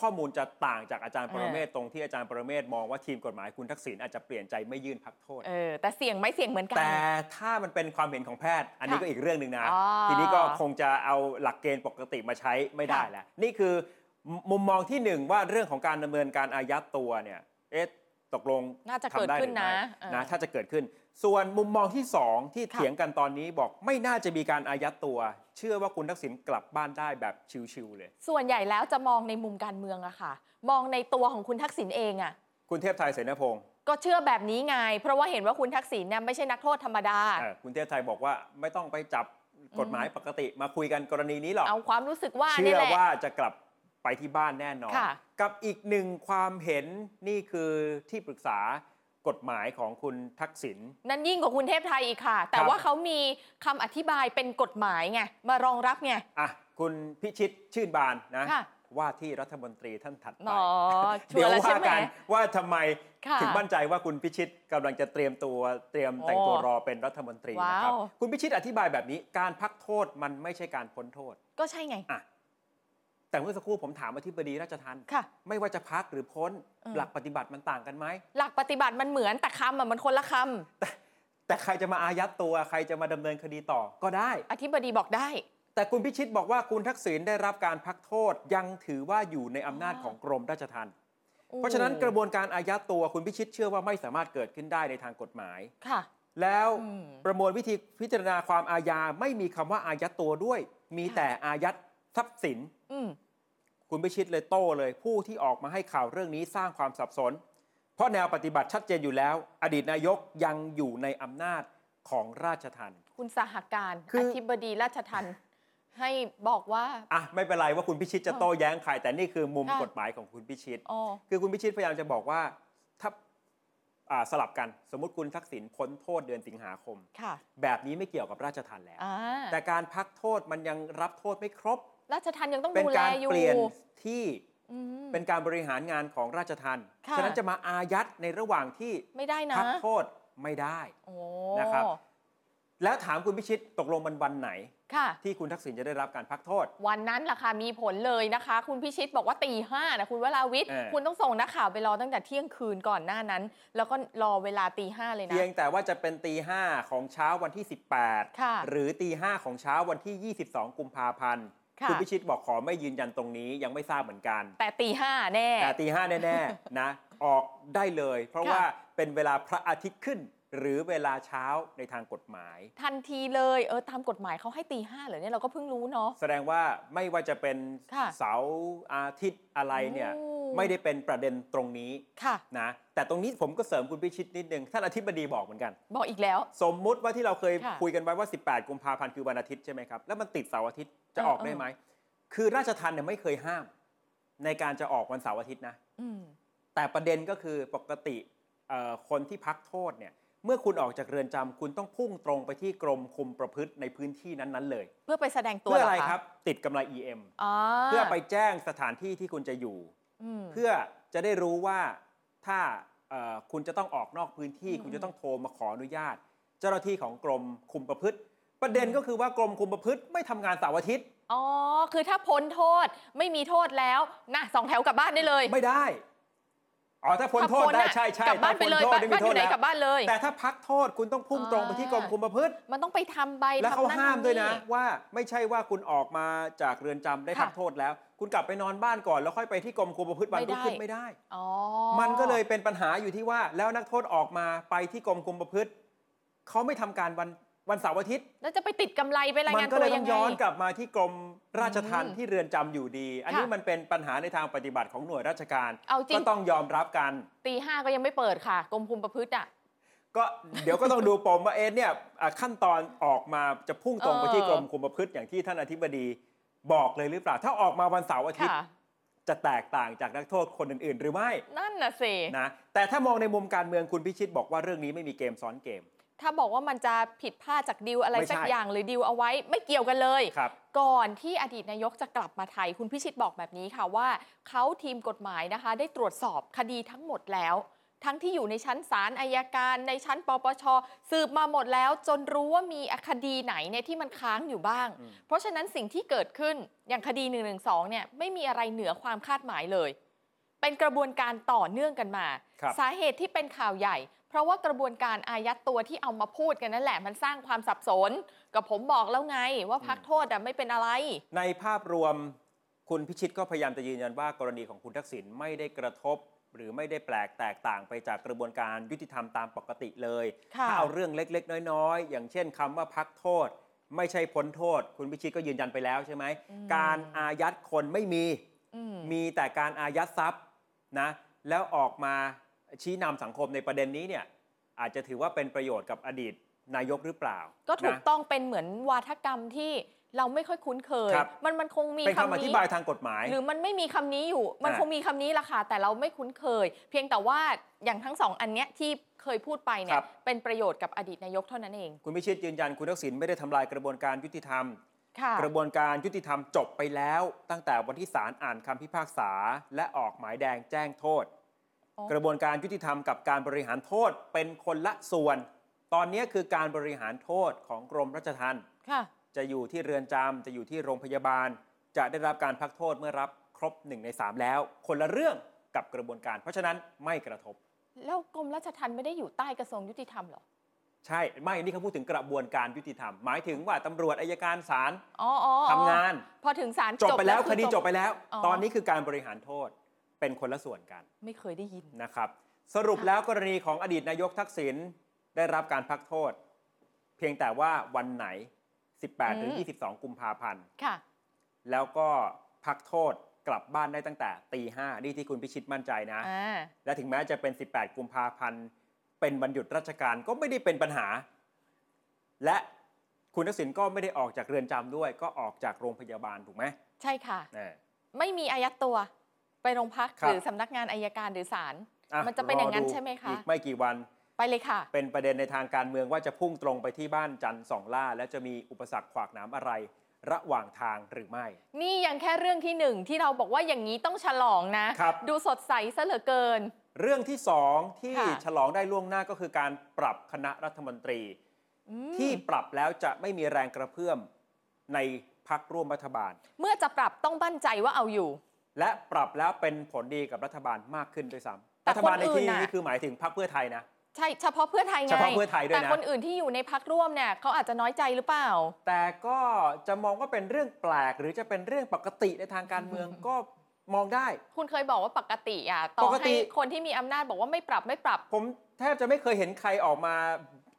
S2: ข้อมูลจะต่างจากอาจารย์ปรเมศตรงที่อาจารย์ปรเมศมองว่าทีมกฎหมายคุณทักษิณอาจจะเปลี่ยนใจไม่ยื่นพักโทษ
S3: เออ แต่เสี่ยงไหมเสี่ยงเหมือนกัน
S2: แต่ถ้ามันเป็นความเห็นของแพทย์ อันนี้
S3: ค่ะ
S2: ก็อีกเรื่องหนึ่งนะ
S3: อ๋อ
S2: ทีนี้ก็คงจะเอาหลักเกณฑ์ปกติมาใช้ไม่ได้แล้ว นี่คือมุมุมมองที่หนึ่งว่าเรื่องของการดำเนินการอายัดตัวเนี่ยเอ๊ะตกลง
S3: น่าจะเกิด
S2: ทำไ
S3: ขึ้นนะ
S2: หรือ
S3: เออ
S2: ไม่นะถ้าจะเกิดขึ้น ส่วนมุมมองที่สองที่
S3: ค่ะ
S2: เถียงกันตอนนี้บอกไม่น่าจะมีการอายัดตัว เชื่อว่าคุณทักษิณกลับบ้านได้แบบชิวๆเลย
S3: ส่วนใหญ่แล้วจะมองในมุมการเมืองอะค่ะ มองในตัวของคุณทักษิณเองอะ
S2: คุณเทพไทยเสนาพงศ์
S3: ก็เชื่อแบบนี้ไง เพราะว่าเห็นว่าคุณทักษิณเนี่ยไม่ใช่นักโทษธรรมดา
S2: เอ่อคุณเทพไทยบอกว่าไม่ต้องไปจับกฎหมายปกติมาคุยกันกรณีนี้หรอก
S3: เอาความรู้สึกว่า
S2: เชื่
S3: เนี่ย
S2: อ
S3: แหละ
S2: ว่าจะกลับไปที่บ้านแน่นอน
S3: ค่ะ
S2: กับอีกหนึ่งความเห็นนี่คือที่ปรึกษากฎหมายของคุณทักษิณ
S3: นั่นยิ่งกว่าคุณเทพไทยอีกค่ะ แต่
S2: ครับ
S3: ว่าเขามีคำอธิบายเป็นกฎหมายไง มารองรับไง
S2: อ่ะคุณพิชิตชื่นบานนะ
S3: ค่ะ
S2: ว่าที่รัฐมนตรีท่านถัดไป
S3: หนอชั
S2: เดี๋
S3: วย
S2: ว
S3: ร์แล้วใช่
S2: ว่า
S3: ไหม
S2: กันว่าทำไม
S3: ค่ะ
S2: ถึงมั่นใจว่าคุณพิชิตกำลังจะเตรียมตัวเตรียมแต่งตัวรอเป็นรัฐมนตรีนะครับ
S3: ว้าว
S2: คุณพิชิตอธิบายแบบนี้การพักโทษมันไม่ใช่การพ้นโทษ
S3: ก็ใช่ไง
S2: แต่เมื่อสักครู่ผมถามอธิบดีราชทัณฑ์
S3: ค่ะ
S2: ไม่ว่าจะพักหรือพ้น
S3: เออ
S2: หลักปฏิบัติมันต่างกันไหม
S3: หลักปฏิบัติมันเหมือนแต่คำอะมันคนละค
S2: แต่ใครจะมาอายัดตัวใครจะมาดำเนินคดีต่อก็ได้
S3: ำอธิบดีบอกได้
S2: แต่คุณพิชิตบอกว่าคุณทักษิณได้รับการพักโทษยังถือว่าอยู่ในอำนาจ
S3: อ๋อ
S2: ของกรมราชทัณฑ์เพราะฉะนั้นกระบวนการอายัดตัวคุณพิชิตเชื่อว่าไม่สามารถเกิดขึ้นได้ในทางกฎหมาย
S3: ค่ะ
S2: แล้ว
S3: อืม
S2: ประมวลวิธีพิจารณาความอาญาไม่มีคำว่าอายัดตัวด้วย มี
S3: ค่ะ
S2: แต่อายัดทรัพย์สิน
S3: อืม
S2: คุณพิชิตเลยโต้เลยผู้ที่ออกมาให้ข่าวเรื่องนี้สร้างความสับสน เพราะแนวปฏิบัติชัดเจนอยู่แล้ว อดีตนายกยังอยู่ในอำนาจของราชทัณฑ์
S3: คุณสหการ
S2: คือ
S3: อ
S2: อ
S3: ธิบดีราชทันให้บอกว่า
S2: อ่ะไม่เป็นไรว่าคุณพิชิตจะโต้แย้งใคร แต่นี่คือมุม
S3: ค่ะ
S2: กฎหมายของคุณพิชิต
S3: อ๋อ
S2: คือคุณพิชิตพยายามจะบอกว่าถ้าอ่าสลับกันสมมติคุณทักษิณพ้นโทษเดือนสิงหาคม
S3: ค่ะ
S2: แบบนี้ไม่เกี่ยวกับราชทันแล้ว
S3: อ่า
S2: แต่การพักโทษมันยังรับโทษไม่ครบ
S3: ราชทันยังต้อง
S2: เป็น
S3: ดูแล
S2: การ
S3: อยู่
S2: เปลี่ยนที่
S3: อืม
S2: เป็นการบริหารงานของราชทัน
S3: ค่ะ
S2: ฉะนั้นจะมาอายัดในระหว่างที่
S3: ไม่ได้นะ
S2: พักโทษไม่ได้
S3: โอ้
S2: นะครับ แล้วถามคุณพิชิตตกลงมันวันไหน
S3: ค่ะ
S2: ที่คุณทักษิณจะได้รับการพักโทษ
S3: วันนั้นล่ะค่ะมีผลเลยนะคะ คุณพิชิตบอกว่าตีห้านะคุณวราวิทย์
S2: เออ
S3: คุณต้องส่งนักข่าวไปรอตั้งแต่เที่ยงคืนก่อนหน้านั้น แล้วก็รอเวลาตีห้าเลยนะ
S2: เพียงแต่ว่าจะเป็นตีห้าของเช้าวันที่
S3: ค่ะ
S2: 18 หรือตีห้าของเช้าวันที่ 22 กุมภาพันธ์
S3: ค่ะ
S2: คุณพิชิตบอกขอไม่ยืนยันตรงนี้ยังไม่ทราบเหมือนกัน
S3: แต่ตีห้าแน่
S2: แต่ตีห้าแน่ๆ นะ ออกได้เลย เพราะ
S3: ค่ะ
S2: ว่าเป็นเวลาพระอาทิตย์ขึ้น หรือเวลาเช้าในทางกฎหมาย
S3: ทันทีเลยเออตามกฎหมายเขาให้ตีห้าเหรอเนี่ยเราก็เพิ่งรู้เนาะ
S2: แสดงว่าไม่ว่าจะเป็น
S3: ค่ะ
S2: เสาร์อาทิตย์อะไรเนี่ย
S3: โอ้
S2: ไม่ได้เป็นประเด็นตรงนี้
S3: ค่ะ
S2: นะแต่ตรงนี้ผมก็เสริมคุณพิชิตนิดนึงท่านอธิบดีบอกเหมือนกัน
S3: บอกอีกแล้ว
S2: สมมุติว่าที่เราเคย
S3: ค่ะ
S2: คุยกันไว้ว่า 18 กุมภาพันธ์คือวันอาทิตย์ใช่ไหมครับ แล้วมันติดเสาร์อาทิตย์จะ
S3: เออ
S2: ออกได้
S3: เออ
S2: ไหม คือราชทัณฑ์เนี่ยไม่เคยห้าม ในการจะออกวันเสาร์อาทิตย์นะ
S3: อืม
S2: แต่ประเด็นก็คือปกติเอ่อคนที่พักโทษเนี่ย เมื่อคุณออกจากเรือนจำคุณต้องพุ่งตรงไปที่กรมคุมประพฤติในพื้นที่นั้นๆเลย
S3: เพื่อไปแสดงตัว
S2: เพื่ออะไร
S3: ห
S2: ครับ ติดกำไร EM
S3: อ๋อ
S2: เพื่อไปแจ้งสถานที่ที่คุณจะอยู่
S3: อืม
S2: เพื่อจะได้รู้ว่าถ้าเอ่อคุณจะต้องออกนอกพื้นที่
S3: อืม
S2: คุณจะต้องโทรมาขออนุญาต เจ้าหน้าที่ของกรมคุมประพฤติ ประเด็น
S3: อืม
S2: ก็คือว่ากรมคุมประพฤติไม่ทำงานเสาร์อาทิตย์
S3: อ๋อ คือถ้าพ้นโทษไม่มีโทษแล้วนะสองแถวกลับบ้านได้เลย
S2: ไม่ได้ อ๋อถ้าพ้นโทษได้ใช่ใช่
S3: กลับบ้านไปเลย
S2: ถ้
S3: บ้าน
S2: พ้โทษ
S3: บ้านอยู่ไหน
S2: ม่มีโทษ
S3: กลับบ้านเลย
S2: แต่ถ้าพักโทษคุณต้องพุ่งตรงไปที่กรมคุมประพฤติ
S3: มันต้องไปทำใบ
S2: แล้วเขา
S3: ทำนั่น
S2: ห้าม
S3: ทำ
S2: ด้วยนะ ว่าไม่ใช่ว่าคุณออกมาจากเรือนจำได้พักโทษแล้ว คุณกลับไปนอนบ้านก่อนแล้วค่อยไปที่กรมคุมประพฤติวันรุ่งขึ้นไม่ได้
S3: อ๋อ
S2: มันก็เลยเป็นปัญหาอยู่ที่ว่าแล้วนักโทษออกมาไปที่กรมคุมประพฤติเขาไม่ทำการวันวันเสาร์อาทิตย์
S3: แล้วจะไปติดกำไรไปราย
S2: มั
S3: งาน
S2: ก็
S3: ตั
S2: เล
S3: วย
S2: ต้
S3: ยั
S2: อง ง
S3: ไง
S2: ย้อนกลับมาที่กรมราชทัณฑ์
S3: อืม
S2: ที่เรือนจำอยู่ดี อันนี้
S3: ค่ะ
S2: มันเป็นปัญหาในทางปฏิบัติของหน่วยราชการ
S3: เอาจริง
S2: ก็ต้องยอมรับกัน
S3: ตีห้าก็ยังไม่เปิดค่ะกรมคุมประพฤติอ่ะ
S2: ก็เดี๋ยวก็ต้องดูปมว่าเอะเนี่ยอ่ะขั้นตอนออกมาจะพุ่งตรงไปที่กรมคุมประพฤติอย่างที่ท่านอธิบดีบอกเลยหรือเปล่า ถ้าออกมาวันเสาร์อาทิตย์
S3: ค่ะ
S2: จะแตกต่างจากนักโทษคนอื่น ๆ หรือไม่
S3: นั่นน่ะสิ
S2: นะแต่ถ้ามองในมุมการเมืองคุณพิชิตบอกว่าเรื่องนี้ไม่มีเกมซ้อนเกม
S3: ถ้าบอกว่ามันจะผิดพลาดจากดีลอะไร
S2: ไม่ใช่
S3: สักอย่างหรือดีลเอาไว้ไม่เกี่ยวกันเลย
S2: ครับ
S3: ก่อนที่อดีตนายกจะกลับมาไทย คุณพิชิตบอกแบบนี้ค่ะว่าเขาทีมกฎหมายนะคะ ได้ตรวจสอบคดีทั้งหมดแล้ว ทั้งที่อยู่ในชั้นศาลอายการในชั้นปปชสืบมาหมดแล้ว จนรู้ว่ามีคดีไหนเนี่ยที่มันค้างอยู่บ้าง
S2: อืม
S3: เพราะฉะนั้นสิ่งที่เกิดขึ้นอย่างคดี1นึเนี่ยไม่มีอะไรเหนือความคาดหมายเลย เป็นกระบวนการต่อเนื่องกันมา
S2: ครับ
S3: สาเหตุที่เป็นข่าวใหญ่ เพราะว่ากระบวนการอายัดตัวที่เอามาพูดกันนั่นแหละ มันสร้างความสับสน กับผมบอกแล้วไงว่าพักโทษอ่ะไม่เป็นอะไร
S2: ในภาพรวมคุณพิชิตก็พยายามจะยืนยันว่ากรณีของคุณทักษิณไม่ได้กระทบ หรือไม่ได้แปลกแตกต่างไปจากกระบวนการยุติธรรมตามปกติเลย
S3: ค่ะ
S2: ถ้าเอาเรื่องเล็กๆ น้อยๆ อย่างเช่นคำว่าพักโทษ ไม่ใช่พ้นโทษ คุณพิชิตก็ยืนยันไปแล้วใช่ไหม การอายัดคนไม่มี
S3: อืม
S2: มีแต่การอายัดทรัพย์นะแล้วออกมาชี้นำสังคมในประเด็นนี้เนี่ยอาจจะถือว่าเป็นประโยชน์กับอดีตนายกหรือเปล่า
S3: ก็ถูก
S2: นะ
S3: ต้องเป็นเหมือนวาทกรรมที่เราไม่ค่อยคุ้นเคย
S2: ครับ
S3: มันมันคงมี
S2: เป็นคำอ
S3: คำ
S2: ธิ
S3: นี้
S2: บายทางกฎหมาย
S3: หรือมันไม่มีคำนี้อยู่ มัน
S2: อ่า
S3: คงมีคำนี้ละค่ะ แต่เราไม่คุ้นเคย เพียงแต่ว่าอย่างทั้งสองอันเนี้ยที่เคยพูดไปเนี่ยเป็นประโยชน์กับอดีตนายกเท่านั้นเอง
S2: คุณพิชิตยืนยันคุณทักษิณไม่ได้ทำลายกระบวนการยุติธรรม
S3: ค่ะ
S2: กระบวนการยุติธรรมจบไปแล้ว ตั้งแต่วันที่ศาลอ่านคำพิพากษา และออกหมายแดงแจ้งโทษ
S3: อ๋อ
S2: กระบวนการยุติธรรมกับการบริหารโทษเป็นคนละส่วน ตอนนี้คือการบริหารโทษของกรมราชทัณฑ์
S3: ค่ะ
S2: จะอยู่ที่เรือนจำจะอยู่ที่โรงพยาบาล จะได้รับการพักโทษเมื่อรับครบหนึ่งในสามแล้ว คนละเรื่องกับกระบวนการ เพราะฉะนั้นไม่กระทบ
S3: แล้วกรมราชทัณฑ์ไม่ได้อยู่ใต้กระทรวงยุติธรรมเหรอ
S2: ใช่ไม่นี่เขาพูดถึงกระบวนการยุติธรรม หมายถึงว่าตำรวจอายการศาล
S3: อ๋ออ๋อ
S2: ทำงาน
S3: พอถึงศาล
S2: จบไปแล้ว
S3: อ
S2: คดีจบไปแล้ว
S3: อ๋อ
S2: ตอนนี้คือการบริหารโทษเป็นคนละส่วนกัน
S3: ไม่เคยได้ยิน
S2: นะครับ สรุปแล้วกรณีของอดีตนายกทักษิณได้รับการพักโทษ เพียงแต่ว่าวันไหน 18หรือ
S3: อืม
S2: 22 กุมภาพันธ์
S3: ค่ะ
S2: แล้วก็พักโทษกลับบ้านได้ตั้งแต่ตีห้านี่ที่คุณพิชิตมั่นใจนะ
S3: อ่า
S2: และถึงแม้จะเป็น 18 กุมภาพันธ์ เป็นวันหยุดราชการก็ไม่ได้เป็นปัญหา และคุณทักษิณก็ไม่ได้ออกจากเรือนจำด้วย ก็ออกจากโรงพยาบาลถูกไหม
S3: ใช่ค่ะ
S2: อ่า
S3: ไม่มีอายัดตัว ไปโรงพัก
S2: ครับ
S3: หรือสำนักงานอายการหรือศาล
S2: อ่
S3: มันจะเป็นอย่างนั้น
S2: รดู
S3: ใช่ไหมคะ
S2: อีกไม่กี่วัน
S3: ไปเลยค่ะ
S2: เป็นประเด็นในทางการเมืองว่าจะพุ่งตรงไปที่บ้านจันทร์สองล่า และจะมีอุปสรรคขวากหน้ำอะไร ระหว่างทางหรือไม่
S3: นี่ยังแค่เรื่องที่หนึ่งที่เราบอกว่าอย่างนี้ต้องฉลองนะ
S2: ครับ
S3: ดูสดใสซะเหลือเกิน
S2: เรื่องที่สองที่
S3: ค่ะ
S2: ฉลองได้ล่วงหน้าก็คือการปรับคณะรัฐมนตรี
S3: อืม
S2: ที่ปรับแล้วจะไม่มีแรงกระเพื่อมในพักร่วมรัฐบาล
S3: เมื่อจะปรับต้องมั่นใจว่าเอาอยู่
S2: และปรับแล้วเป็นผลดีกับรัฐบาลมากขึ้นด้วยซ้ำ
S3: แต่
S2: รัฐบาลในที่
S3: คนอื่นน่ะ
S2: นี้คือหมายถึงพรรคเพื่อไทยนะ
S3: ใช่เฉพาะเพื่อไทยไง
S2: เฉพาะเพื่อไทยด้วยนะ
S3: แต่คนอื่นที่อยู่ในพักร่วมเนี่ยเขาอาจจะน้อยใจหรือเปล่า
S2: แต่ก็จะมองว่าเป็นเรื่องแปลก หรือจะเป็นเรื่องปกติในทางการเมืองก็มองได้
S3: คุณเคยบอกว่าปกติอ่ะต่อ
S2: ปกติ
S3: ให้คนที่มีอำนาจบอกว่าไม่ปรับไม่ปรับ
S2: ผมแทบจะไม่เคยเห็นใครออกมา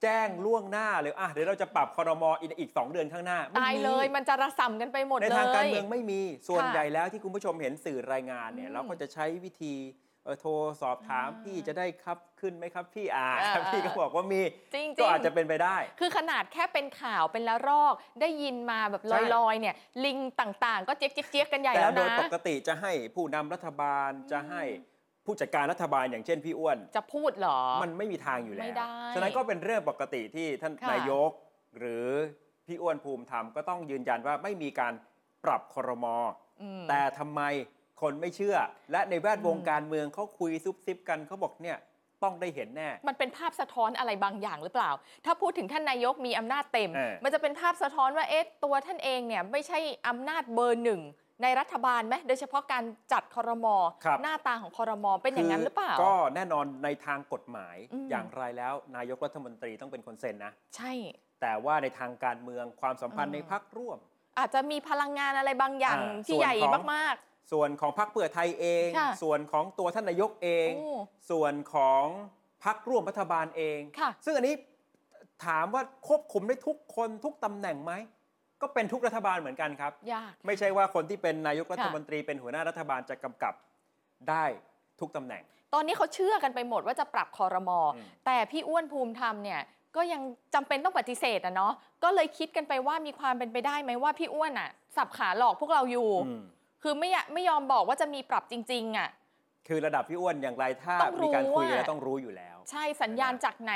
S2: แจ้งล่วงหน้าเลยอ่ะเดี๋ยวเราจะปรับคอรมออีกอีก 2 เดือนข้างหน้าไม่
S3: ตาย
S2: มี
S3: เลยมันจะระส่ำกันไปหมด
S2: ใน
S3: เลย
S2: ทางการเมืองไม่มีส่วน
S3: ค่ะ
S2: ใหญ่แล้วที่คุณผู้ชมเห็นสื่อรายงานเนี่ย
S3: อืม
S2: เราก็จะใช้วิธีเออโทรสอบถาม
S3: อ่า
S2: พี่จะได้ครับขึ้นไหมครับพี่อ่า
S3: อ่า
S2: พี่ก็บอกว่ามี
S3: จริงๆ
S2: ก็อาจจะเป็นไปได้
S3: คือขนาดแค่เป็นข่าวเป็นละรอกได้ยินมาแบบ
S2: ใช่
S3: ลอยๆ เนี่ย ลิงต่างๆ ก็เจ๊ยกเจี๊ยกๆกันใหญ่
S2: แต่
S3: แล้ว
S2: โดย
S3: นะ
S2: ปกติจะให้ผู้นำรัฐบาลจะให้ผู้จัดการรัฐบาลอย่างเช่นพี่อ้วน
S3: จะพูดเหรอ
S2: มันไม่มีทางอยู่แล้ว
S3: ไม่ได้
S2: ฉะนั้นก็เป็นเรื่องปกติที่ท่าน
S3: ค่ะ
S2: นายก หรือพี่อ้วนภูมิธรรมก็ต้องยืนยันว่าไม่มีการปรับครม
S3: อืม
S2: แต่ทำไมคนไม่เชื่อ และในแวดวง
S3: อืม
S2: การเมืองเขาคุยซุบซิบกันเขาบอกเนี่ยต้องได้เห็นแน่
S3: มันเป็นภาพสะท้อนอะไรบางอย่างหรือเปล่า ถ้าพูดถึงท่านนายกมีอำนาจเต็ม
S2: เออ
S3: มันจะเป็นภาพสะท้อนว่าเอ๊ะตัวท่านเองเนี่ยไม่ใช่อำนาจเบอร์หนึ่ง ในรัฐบาลไหมโดยเฉพาะการจัดคอรมอ
S2: ครับ
S3: หน้าตาของคอรมอเป็นอย่างนั้นหรือเปล่า
S2: ก็แน่นอนในทางกฎหมาย
S3: อืม
S2: อย่างไรแล้วนายกรัฐมนตรีต้องเป็นคนเซ็นนะ
S3: ใช่
S2: แต่ว่าในทางการเมืองความสัมพัน
S3: อื
S2: ธ์
S3: ม
S2: ในพักร่วม
S3: อาจจะมีพลังงานอะไรบางอย่าง
S2: อ่า
S3: ที่
S2: ส่วน
S3: ใหญ่
S2: ของ
S3: มาก
S2: ส่วนของพักเพื่อไทยเอง
S3: ค่ะ
S2: ส่วนของตัวท่านนายกเอง
S3: ๆโอ้
S2: ส่วนของพักร่วมรัฐบาลเอง
S3: ค่ะ
S2: ซึ่งอันนี้ถามว่าควบคุมได้ทุกคนทุกตำแหน่งไหม ก็เป็นทุกรัฐบาลเหมือนกันครับ
S3: ยาก
S2: ไม่ใช่ว่าคนที่เป็นนายกรัฐ
S3: ค่ะ
S2: มนตรีเป็นหัวหน้ารัฐบาลจะกำกับได้ทุกตำแหน่ง
S3: ตอนนี้เขาเชื่อกันไปหมดว่าจะปรับคอรมอ
S2: อืม
S3: แต่พี่อ้วนภูมิธรรมเนี่ยก็ยังจำเป็นต้องปฏิเสธอ่ะเนาะ ก็เลยคิดกันไปว่ามีความเป็นไปได้ไหมว่าพี่อ้วนอ่ะ สับขาหลอกพวกเราอยู่
S2: อืม
S3: คือไม่อยากไม่ยอมบอกว่าจะมีปรับจริง ๆ อ่ะ
S2: คือระดับพี่อ้วนอย่างไรถ้า
S3: ต้องรู้
S2: มีการคุย
S3: ว่า
S2: แล้วต้องรู้อยู่แล้ว
S3: ใช่สัญญาณจากไหน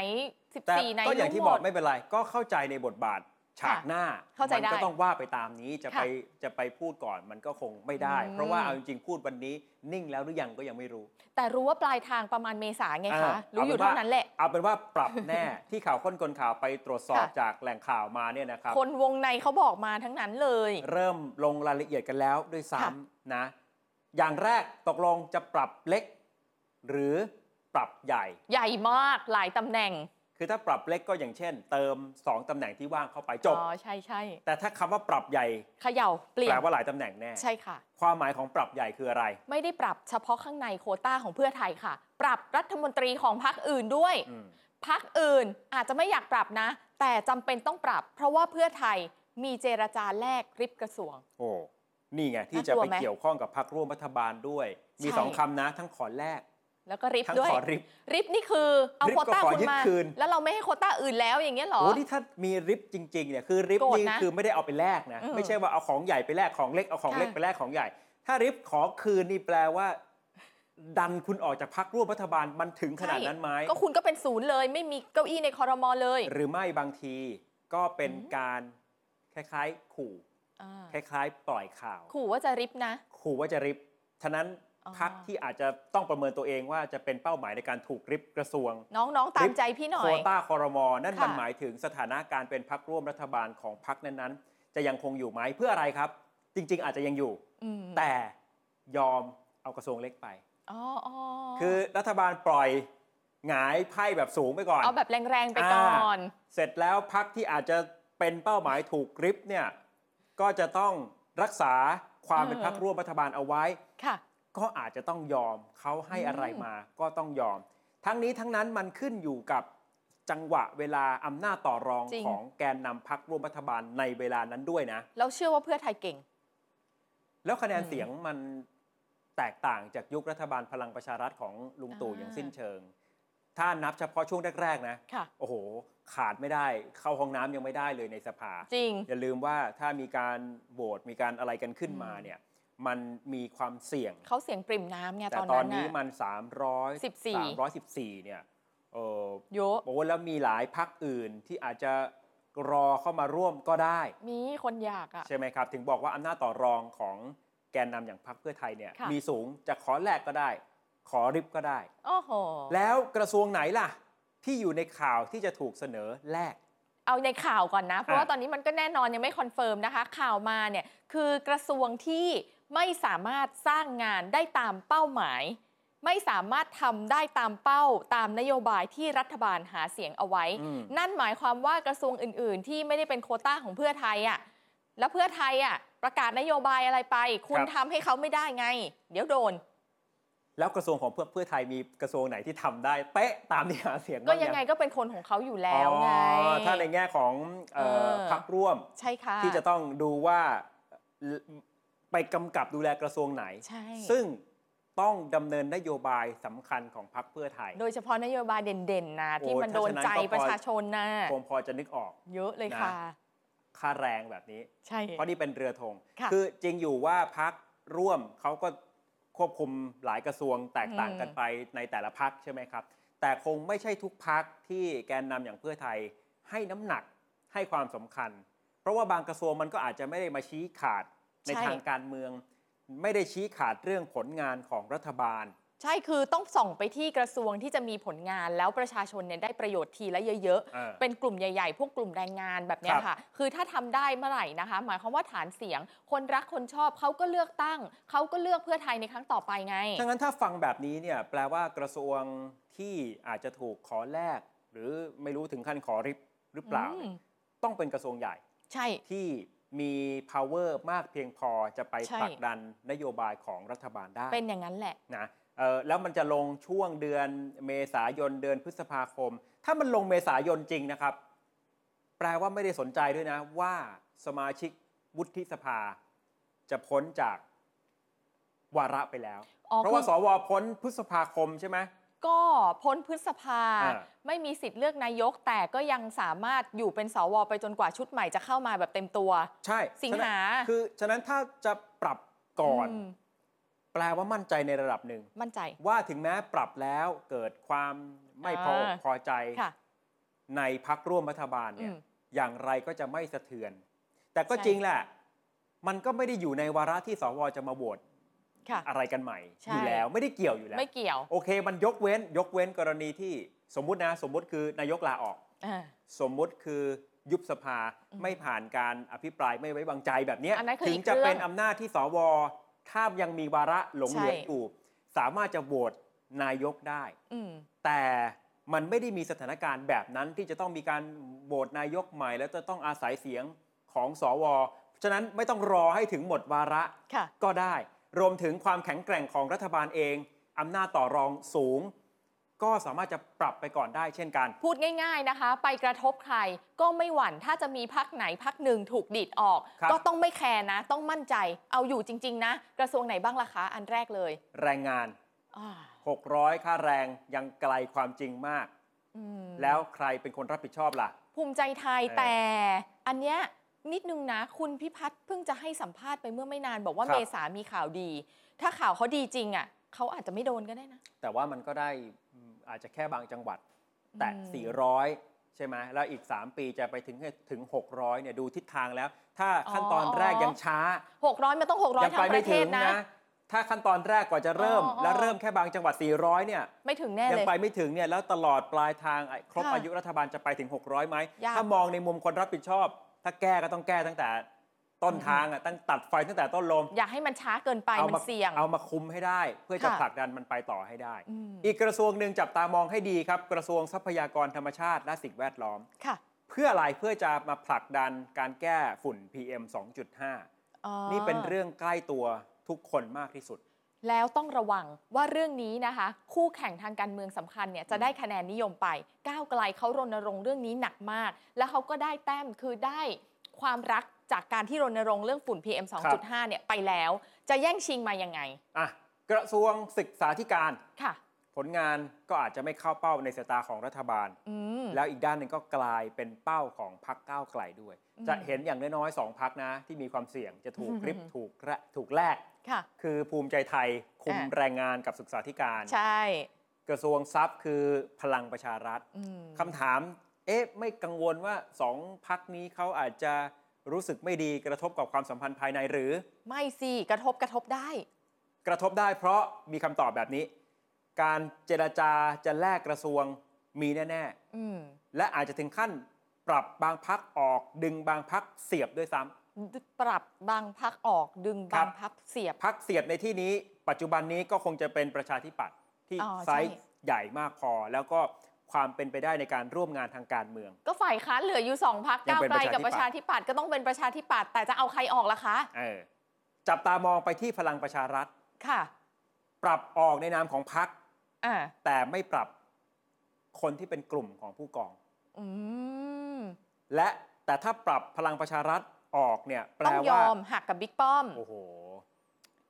S2: แต่
S3: 14 ไหน
S2: ก็อย่างที่
S3: รู้หม
S2: บอ
S3: ด
S2: กไม่เป็นไร ก็เข้าใจในบทบาทฉากหน้า
S3: เข้าใจ
S2: มัก็
S3: ได้
S2: ต้องว่าไปตามนี้จะ
S3: ค่ะ
S2: ไปจะไปพูดก่อนมันก็คงไม่ได้
S3: อืม
S2: เพราะว่าเอาจริงๆพูดวันนี้นิ่งแล้วหรือยังก็ยังไม่รู้
S3: แต่รู้ว่าปลายทางประมาณเมษาไง
S2: อ่า
S3: คะ รู้อยู่
S2: เอาเป็นว่า
S3: เท่านั้นแหละ
S2: เอาเป็นว่าปรับแน่ ที่ข่าวค้นคนข่าวไปตรวจสอบ
S3: ค่ะ
S2: จากแหล่งข่าวมาเนี่ยนะครับ
S3: คนวงในเขาบอกมาทั้งนั้นเลย
S2: เริ่มลงรายละเอียดกันแล้วด้วย
S3: ค่ะ
S2: ซ้ำนะ อย่างแรกตกลงจะปรับเล็ก หรือปรับใหญ่
S3: ใหญ่มากหลายตำแหน่ง
S2: คือถ้าปรับเล็กก็อย่างเช่น เติมสองตำแหน่งที่ว่างเข้าไปจบ
S3: อ๋อใช่ใช่
S2: แต่ถ้าคำว่าปรับใหญ่
S3: เขย่าเปลี่ย
S2: แป
S3: น
S2: ลว่าหลายตำแหน่งแน่
S3: ใช่ค่ะ
S2: ความหมายของปรับใหญ่คืออะไร
S3: ไม่ได้ปรับเฉพาะข้างในโควต้าของเพื่อไทยค่ะ ปรับรัฐมนตรีของพรรคอื่นด้วย
S2: อืม
S3: พรรคอื่นอาจจะไม่อยากปรับนะ แต่จำเป็นต้องปรับ เพราะว่าเพื่อไทยมีเจรจาแลกริบกระทรวง
S2: โอ้ นี่ไงที่
S3: น่ากลั
S2: จะ
S3: ว
S2: ไป
S3: ไหม
S2: เกี่ยวข้องกับพรรคร่วมรัฐบาลด้วย มี
S3: ใช่
S2: สองคำนะ ทั้งขอแลก
S3: แล้วก็ริบ
S2: ทั้ง
S3: ด้วย
S2: ขอริบ
S3: ริบนี่คือเอา
S2: ริบ
S3: โควต้า
S2: ก็ขอ
S3: คุณ
S2: ยึด
S3: มา
S2: คืน
S3: แล้วเราไม่ให้โควต้าอื่นแล้วอย่างเงี้ยเหรอ
S2: โอ้ที่ถ้ามีริบจริงๆเนี่ยคือริบ
S3: โกรธ
S2: นี่
S3: นะ
S2: คือไม่ได้เอาไปแลกนะ
S3: อืม
S2: ไม่ใช่ว่าเอาของใหญ่ไปแลกของเล็กเอาของเล็ก
S3: ค่ะ
S2: ไปแลกของใหญ่ ถ้าริบขอคืนนี่แปลว่า ดันคุณออกจากพรรคร่วมรัฐบาลมันถึงขนาดนั้นไหม
S3: ก็คุณก็เป็นศูนย์เลย ไม่มีเก้าอี้ในคอรมอเลย
S2: หรือไม่บางทีก็เป็นการคล้ายๆ ขู่
S3: อ่า
S2: คล้าย ๆ ปล่อยข่าว
S3: ขู่ว่าจะริบนะ
S2: ขู่ว่าจะริบฉะนั้น
S3: อ๋อ
S2: พักที่อาจจะต้องประเมินตัวเองว่าจะเป็นเป้าหมายในการถูกริบกระทรวง
S3: น้องๆตามใจพี่หน่อ
S2: โคว
S3: ย
S2: ต้าคอรมอนั่น
S3: ค่ะ
S2: มันหมายถึงสถานะการเป็นพักร่วมรัฐบาลของพักนั้นๆ จะยังคงอยู่ไหมเพื่ออะไรครับ จริง ๆ อาจจะยังอยู่
S3: อืม
S2: แต่ยอมเอากระทรวงเล็กไป
S3: อ๋ออ๋อ
S2: คือรัฐบาลปล่อยหงายไพ่แบบสูงไปก่อน
S3: เอาแบบแรงๆไปก่อน
S2: เสร็จแล้วพักที่อาจจะเป็นเป้าหมายถูกกริปเนี่ยก็จะต้องรักษาความเป็น
S3: เออ
S2: พักร่วมรัฐบาลเอาไว้
S3: ค่ะ
S2: ก็อาจจะต้องยอมเขาให้อะไร
S3: อืม
S2: มาก็ต้องยอม ทั้งนี้ทั้งนั้นมันขึ้นอยู่กับจังหวะเวลาอำนาจต่อรอง
S3: จริง
S2: ของแกนนำพักร่วมรัฐบาลในเวลานั้นด้วยนะ
S3: เราเชื่อว่าเพื่อไทยเก่ง
S2: แล้วคะแนน
S3: อืม
S2: เสียงมันแตกต่างจากยุครัฐบาลพลังประชารัฐของลุงตู่
S3: อ่า
S2: อย่างสิ้นเชิง ถ้านับเฉพาะช่วงแรกๆนะ
S3: ค่ะ
S2: โอ้โห ขาดไม่ได้เข้าห้องน้ำยังไม่ได้เลยในสภา
S3: จริง
S2: อย่าลืมว่าถ้ามีการโหวตมีการอะไรกันขึ้นมา
S3: อืม
S2: เนี่ยมันมีความเสี่ยง
S3: เขาเสียงปริ่มน้ำไง
S2: แต่
S3: ตอน
S2: ตอ
S3: นั้น น
S2: นี้
S3: น่ะ
S2: มัน 300
S3: 14
S2: 314 เนี่ยเออ
S3: เยอะ
S2: โอ้แล้วมีหลายพักอื่นที่อาจจะรอเข้ามาร่วมก็ได้
S3: มีคนอยากอ่ะ
S2: ใช่ไหมครับ ถึงบอกว่าอำนาจต่อรองของแกนนำอย่างพักเพื่อไทยเนี่ย
S3: ค่ะ
S2: มีสูงจะขอแลกก็ได้ ขอริบก็ได้
S3: โอ้โห
S2: แล้วกระทรวงไหนล่ะ ที่อยู่ในข่าวที่จะถูกเสนอแลก
S3: เอาในข่าวก่อนนะ เพราะว่า
S2: อ่ะ
S3: ตอนนี้มันก็แน่นอนยังไม่คอนเฟิร์มนะคะ ข่าวมาเนี่ยคือกระทรวงที่ไม่สามารถสร้างงานได้ตามเป้าหมาย ไม่สามารถทำได้ตามเป้าตามนโยบายที่รัฐบาลหาเสียงเอาไว้
S2: อืม
S3: นั่นหมายความว่ากระทรวงอื่น ๆ ที่ไม่ได้เป็นโควต้าของเพื่อไทยอ่ะแล้วเพื่อไทยอ่ะประกาศนโยบายอะไรไป คุณ
S2: ครับ
S3: ทำให้เขาไม่ได้ไง เดี๋ยวโดน
S2: แล้วกระทรวงของเพื่อเพื่อไทยมีกระทรวงไหนที่ทำได้ เป๊ะตามที่หาเสียง
S3: ก็
S2: บ้า
S3: ยังไงก็เป็นคนของเขาอยู่แล้วไง
S2: อ๋อถ้าในแง่ของเอ่อ
S3: เออ
S2: พักร่วม
S3: ใช่ค่ะ
S2: ที่จะต้องดูว่าไปกำกับดูแลกระทรวงไหน
S3: ใช่
S2: ซึ่งต้องดำเนินนโยบายสำคัญของพรรคเพื่อไทย
S3: โดยเฉพาะนโยบายเด่นๆนะที่
S2: โอ้
S3: มันโดน
S2: ถ้าฉะ
S3: ใจ
S2: นั้นก็พอ
S3: ประชาชนนะ
S2: คงพอจะนึกออก
S3: เยอะเลย
S2: นะ
S3: ค่ะ
S2: ค่าแรงแบบนี้
S3: ใช่
S2: เพราะนี่เป็นเรือธง
S3: ค่ะ
S2: อจริงอยู่ว่าพรรคร่วมเขาก็ควบคุมหลายกระทรวงแตกต่างกันไปในแต่ละพรรคใช่ไหมครับ แต่คงไม่ใช่ทุกพรรคที่แกนนำอย่างเพื่อไทยให้น้ำหนักให้ความสำคัญ เพราะว่าบางกระทรวงมันก็อาจจะไม่ได้มาชี้ขาดใน
S3: ใช่
S2: ทางการเมือง ไม่ได้ชี้ขาดเรื่องผลงานของรัฐบาล
S3: ใช่คือต้องส่องไปที่กระทรวงที่จะมีผลงาน แล้วประชาชนเนี่ยได้ประโยชน์ทีละเยอะ
S2: อ่า
S3: เป็นกลุ่มใหญ่ๆ พวกกลุ่มแรงงานแบบเนี้ย
S2: ครับ
S3: ค่ะ คือถ้าทำได้เมื่อไหร่นะคะ หมายความว่าฐานเสียง คนรักคนชอบเขาก็เลือกตั้ง เขาก็เลือกเพื่อไทยในครั้งต่อไปไง
S2: ังนั้นถ้าฟังแบบนี้เนี่ยแปลว่ากระทรวงที่อาจจะถูกขอแลกหรือไม่รู้ถึงขั้นขอริบหรือเปล่า
S3: อืม
S2: ต้องเป็นกระทรวงใหญ่
S3: ใช่
S2: ที่มี power มากเพียงพอจะไป
S3: ใช่
S2: ผลักดันนโยบายของรัฐบาลได้
S3: เป็นอย่างนั้นแหละ
S2: นะเอ่อแล้วมันจะลงช่วงเดือนเมษายนเดือนพฤษภาคม ถ้ามันลงเมษายนจริงนะครับ แปลว่าไม่ได้สนใจด้วยนะว่าสมาชิกวุฒิสภา จะพ้นจากวาระไปแล้ว
S3: อ๋อ
S2: เพราะว่า
S3: คือ
S2: สวพ้นพฤษภาคมใช่ไหม
S3: ก็พ้นพฤษภา
S2: อ่า
S3: ไม่มีสิทธิ์เลือกนายก แต่ก็ยังสามารถอยู่เป็นสวไปจนกว่าชุดใหม่จะเข้ามาแบบเต็มตัว
S2: ใช่
S3: สิงหา
S2: คือฉะนั้นถ้าจะปรับก่อน
S3: ม
S2: แปลว่ามั่นใจในระดับหนึ่ง
S3: มั่นใจ
S2: ว่าถึงแม้ปรับแล้วเกิดความไม่พออก
S3: อ่า
S2: พอใจ
S3: ค่ะ
S2: ในพักร่วมรัฐบาลเนี่ย
S3: อืม
S2: อย่างไรก็จะไม่สะเทือน แต่ก็
S3: ใช่
S2: จริงแหละ มันก็ไม่ได้อยู่ในวาระที่สวจะมาโหวต
S3: ค่ะ
S2: อะไรกันใหม่
S3: ใช่
S2: อยู่แล้วไม่ได้เกี่ยวอยู่แล้ว
S3: ไม่เกี่ยว
S2: โอเค มันยกเว้น ยกเว้นกรณีที่สมมุตินะ สมมุติคือนายกลาออก
S3: อ่า
S2: สมมุติคือยุบสภาไม่ผ่านการอภิปรายไม่ไว้วางใจแบบเนี้ย
S3: อันนั้นคือ
S2: ถึ
S3: อี
S2: ง
S3: ก
S2: จะ
S3: เรื่อง
S2: เป็นอำนาจที่สวถ้ายังมีวาระหลงเหลือ
S3: ใช่
S2: อยู่สามารถจะโหวตนายกได้
S3: อืม
S2: แต่มันไม่ได้มีสถานการณ์แบบนั้นที่จะต้องมีการโหวตนายกใหม่ แล้วจะต้องอาศัยเสียงของสวฉะนั้นไม่ต้องรอให้ถึงหมดวาระ
S3: ค่ะ
S2: ก็ได้ รวมถึงความแข็งแกร่งของรัฐบาลเองอำนาจต่อรองสูง ก็สามารถจะปรับไปก่อนได้เช่นกัน
S3: พูดง่ายๆนะคะ ไปกระทบใครก็ไม่หวั่นถ้าจะมีพักไหนพักหนึ่งถูกดีดออก
S2: ครับ
S3: ก็ต้องไม่แคร์นะ ต้องมั่นใจเอาอยู่จริง ๆ นะ กระทรวงไหนบ้างล่ะคะ อันแรกเลย
S2: แรงงาน
S3: อ่า
S2: 600 ค่าแรงยังไกลความจริงมาก
S3: อืม
S2: แล้วใครเป็นคนรับผิดชอบล่ะ
S3: ภูมิใจไทย
S2: เออ
S3: แต่อันเนี้ยนิดนึงนะ คุณพิพัฒน์เพิ่งจะให้สัมภาษณ์ไปเมื่อไม่นานบอกว่า
S2: ครับ
S3: เมษามีข่าวดี ถ้าข่าวเขาดีจริงอ่ะเขาอาจจะไม่โดนก็ได้นะ
S2: แต่ว่ามันก็ได้อืมอาจจะแค่บางจังหวัด แต่
S3: อืม
S2: 400 ใช่ไหมแล้วอีก 3 ปีจะไปถึงให้ถึง 600เนี่ยดูทิศทางแล้ว ถ้าขั้นตอนแรกยังช้า
S3: 600มันต้อง
S2: ยั
S3: 600ทั้
S2: ไป
S3: งป
S2: ไม่
S3: ระเท
S2: ถึ
S3: ศ
S2: ง
S3: นะ
S2: นะ ถ้าขั้นตอนแรกกว่าจะเริ่ม
S3: อ๋อ
S2: แล้วเริ่มแค่บางจังหวัด 400เนี่ย
S3: ไม่ถึงแน่
S2: ยัง
S3: เลย
S2: ไปไม่ถึงเนี่ยแล้วตลอดปลายทางไอ้ครบ
S3: ค่ะ
S2: อายุรัฐบาลจะไปถึง 600ไหม
S3: ยาก
S2: ถ้ามองในมุมคนรับผิดชอบ ถ้าแก้ก็ต้องแก้ตั้งแต่ต้นทางอ่ะตั้งตัดไฟตั้งแต่ต้นลม
S3: อย่าให้มันช้าเกินไป
S2: อา
S3: มัน
S2: มา
S3: เสี่ยง
S2: เอามาคุมให้ได้เพื่อจะ
S3: ค่ะ
S2: ผลักดันมันไปต่อให้ได้
S3: อืม
S2: อีกกระทรวงหนึ่งจับตามองให้ดีครับ กระทรวงทรัพยากรธรรมชาติและสิ่งแวดล้อม
S3: ค่ะ
S2: เพื่ออะไรเพื่อจะมาผลักดันการแก้ฝุ่น PM 2.5
S3: อ๋อ
S2: นี่เป็นเรื่องใกล้ตัวทุกคนมากที่สุด
S3: แล้วต้องระวังว่าเรื่องนี้นะคะ คู่แข่งทางการเมืองสำคัญเนี่ยจะได้คะแนนนิยมไป ก้าวไกลเขารณรงค์เรื่องนี้หนักมาก แล้วเขาก็ได้แต้มคือได้ความรักจากการที่รณรงค์เรื่องฝุ่น PM
S2: ครับ
S3: 2.5 เนี่ยไปแล้ว จะแย่งชิงมายังไง
S2: อ่ะกระทรวงศึกษาธิการ
S3: ค่ะ
S2: ผลงานก็อาจจะไม่เข้าเป้าในสายตาของรัฐบาล
S3: อืม
S2: แล้วอีกด้านหนึ่งก็กลายเป็นเป้าของพักก้าวไกลด้วย
S3: อืม
S2: จะเห็นอย่างน้อยๆสองพักนะ ที่มีความเสี่ยงจะถูกริบ
S3: อืม
S2: ถูกแระถูกแลก
S3: ค่ะ
S2: คือภูมิใจไทยคุม
S3: อ่ะ
S2: แรงงานกับศึกษาธิการ
S3: ใช่
S2: กระทรวงทรัพย์คือพลังประชารัฐ
S3: อืม
S2: คำถาม เอ๊ะ ไม่กังวลว่าสองพักนี้เขาอาจจะรู้สึกไม่ดีกระทบกับความสัมพันธ์ภายในหรือ
S3: ไม่สิกระทบกระทบได้
S2: กระทบได้เพราะมีคำตอบแบบนี้ การเจรจาจะแลกกระทรวงมีแน่
S3: อืม
S2: ๆ และอาจจะถึงขั้นปรับบางพักออกดึงบางพักเสียบด้วยซ้ำ
S3: ปรับบางพักออกดึง
S2: ครับบ
S3: างพักเสียบ
S2: พักเสียดในที่นี้ ปัจจุบันนี้ก็คงจะเป็นประชาธิปัตย์ที่
S3: อ๋อ
S2: ไซส์
S3: ใช่
S2: ใหญ่มากพอ แล้วก็ความเป็นไปได้ในการร่วมงานทางการเมือง
S3: ก็ฝ่ายค้านเหลืออยู่สองพัก
S2: ยัง
S3: ก้าว
S2: เป็น
S3: ไกลกับ
S2: ป
S3: ประ ระ
S2: ชา
S3: ชา
S2: ธิ
S3: ธิ
S2: ปั
S3: ปั
S2: ต
S3: ต
S2: ย์
S3: ย์ก็ต้องเป็นประชาธิปัตย์แต่จะเอาใครออกล่ะคะ
S2: เออจับตามองไปที่พลังประชารัฐ
S3: ค่ะ
S2: ปรับออกในนามของพัก
S3: อ่า
S2: แต่ไม่ปรับคนที่เป็นกลุ่มของผู้กอง
S3: อืม
S2: และแต่ถ้าปรับพลังประชารัฐออกเนี่ยแปล
S3: ต้องย
S2: ว่า
S3: อมหักกับบิ๊กป้อม
S2: โอ้โห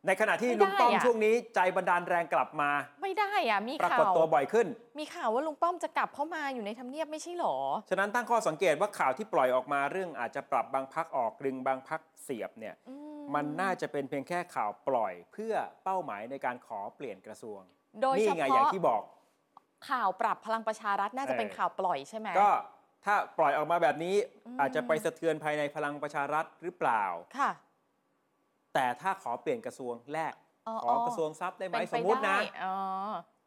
S2: ในขณะที่
S3: ไม่ได้
S2: ลุงป้อม
S3: อะ
S2: ช่วงนี้ใจบันดาลแรงกลับมา
S3: ไม่ได้อ่ะ มี
S2: ปรา
S3: ข่าก
S2: ฏ
S3: ว
S2: ตัวบ่อยขึ้น
S3: มีข่าวว่าลุงป้อมจะกลับเข้ามาอยู่ในทำเนียบไม่ใช่หรอ
S2: ฉะนั้นตั้งข้อสังเกตว่าข่าวที่ปล่อยออกมาเรื่องอาจจะปรับบางพักออกดึงบางพักเสียบเนี่ย
S3: อื
S2: มันน่าจะเป็นเพียงแค่ข่าวปล่อยเพื่อเป้าหมายในการขอเปลี่ยนกระทรวง
S3: โดยเฉ
S2: นี่ไงอย่า
S3: พาะ
S2: งที่บอก
S3: ข่าวปรับพลังประชารัฐน่าจะเป็น
S2: เออ
S3: ข่าวปล่อยใช่ไหม
S2: ก็ถ้าปล่อยออกมาแบบนี้
S3: อืม
S2: อาจจะไปสะเทือนภายในพลังประชารัฐหรือเปล่า
S3: ค่ะ
S2: แต่ถ้าขอเปลี่ยนกระทรวงแรก
S3: อ๋อ
S2: ขอกระทรวงทรัพย์ได้ไหม
S3: เป็น
S2: สม
S3: ป
S2: มุตินะ
S3: ได้อ๋อ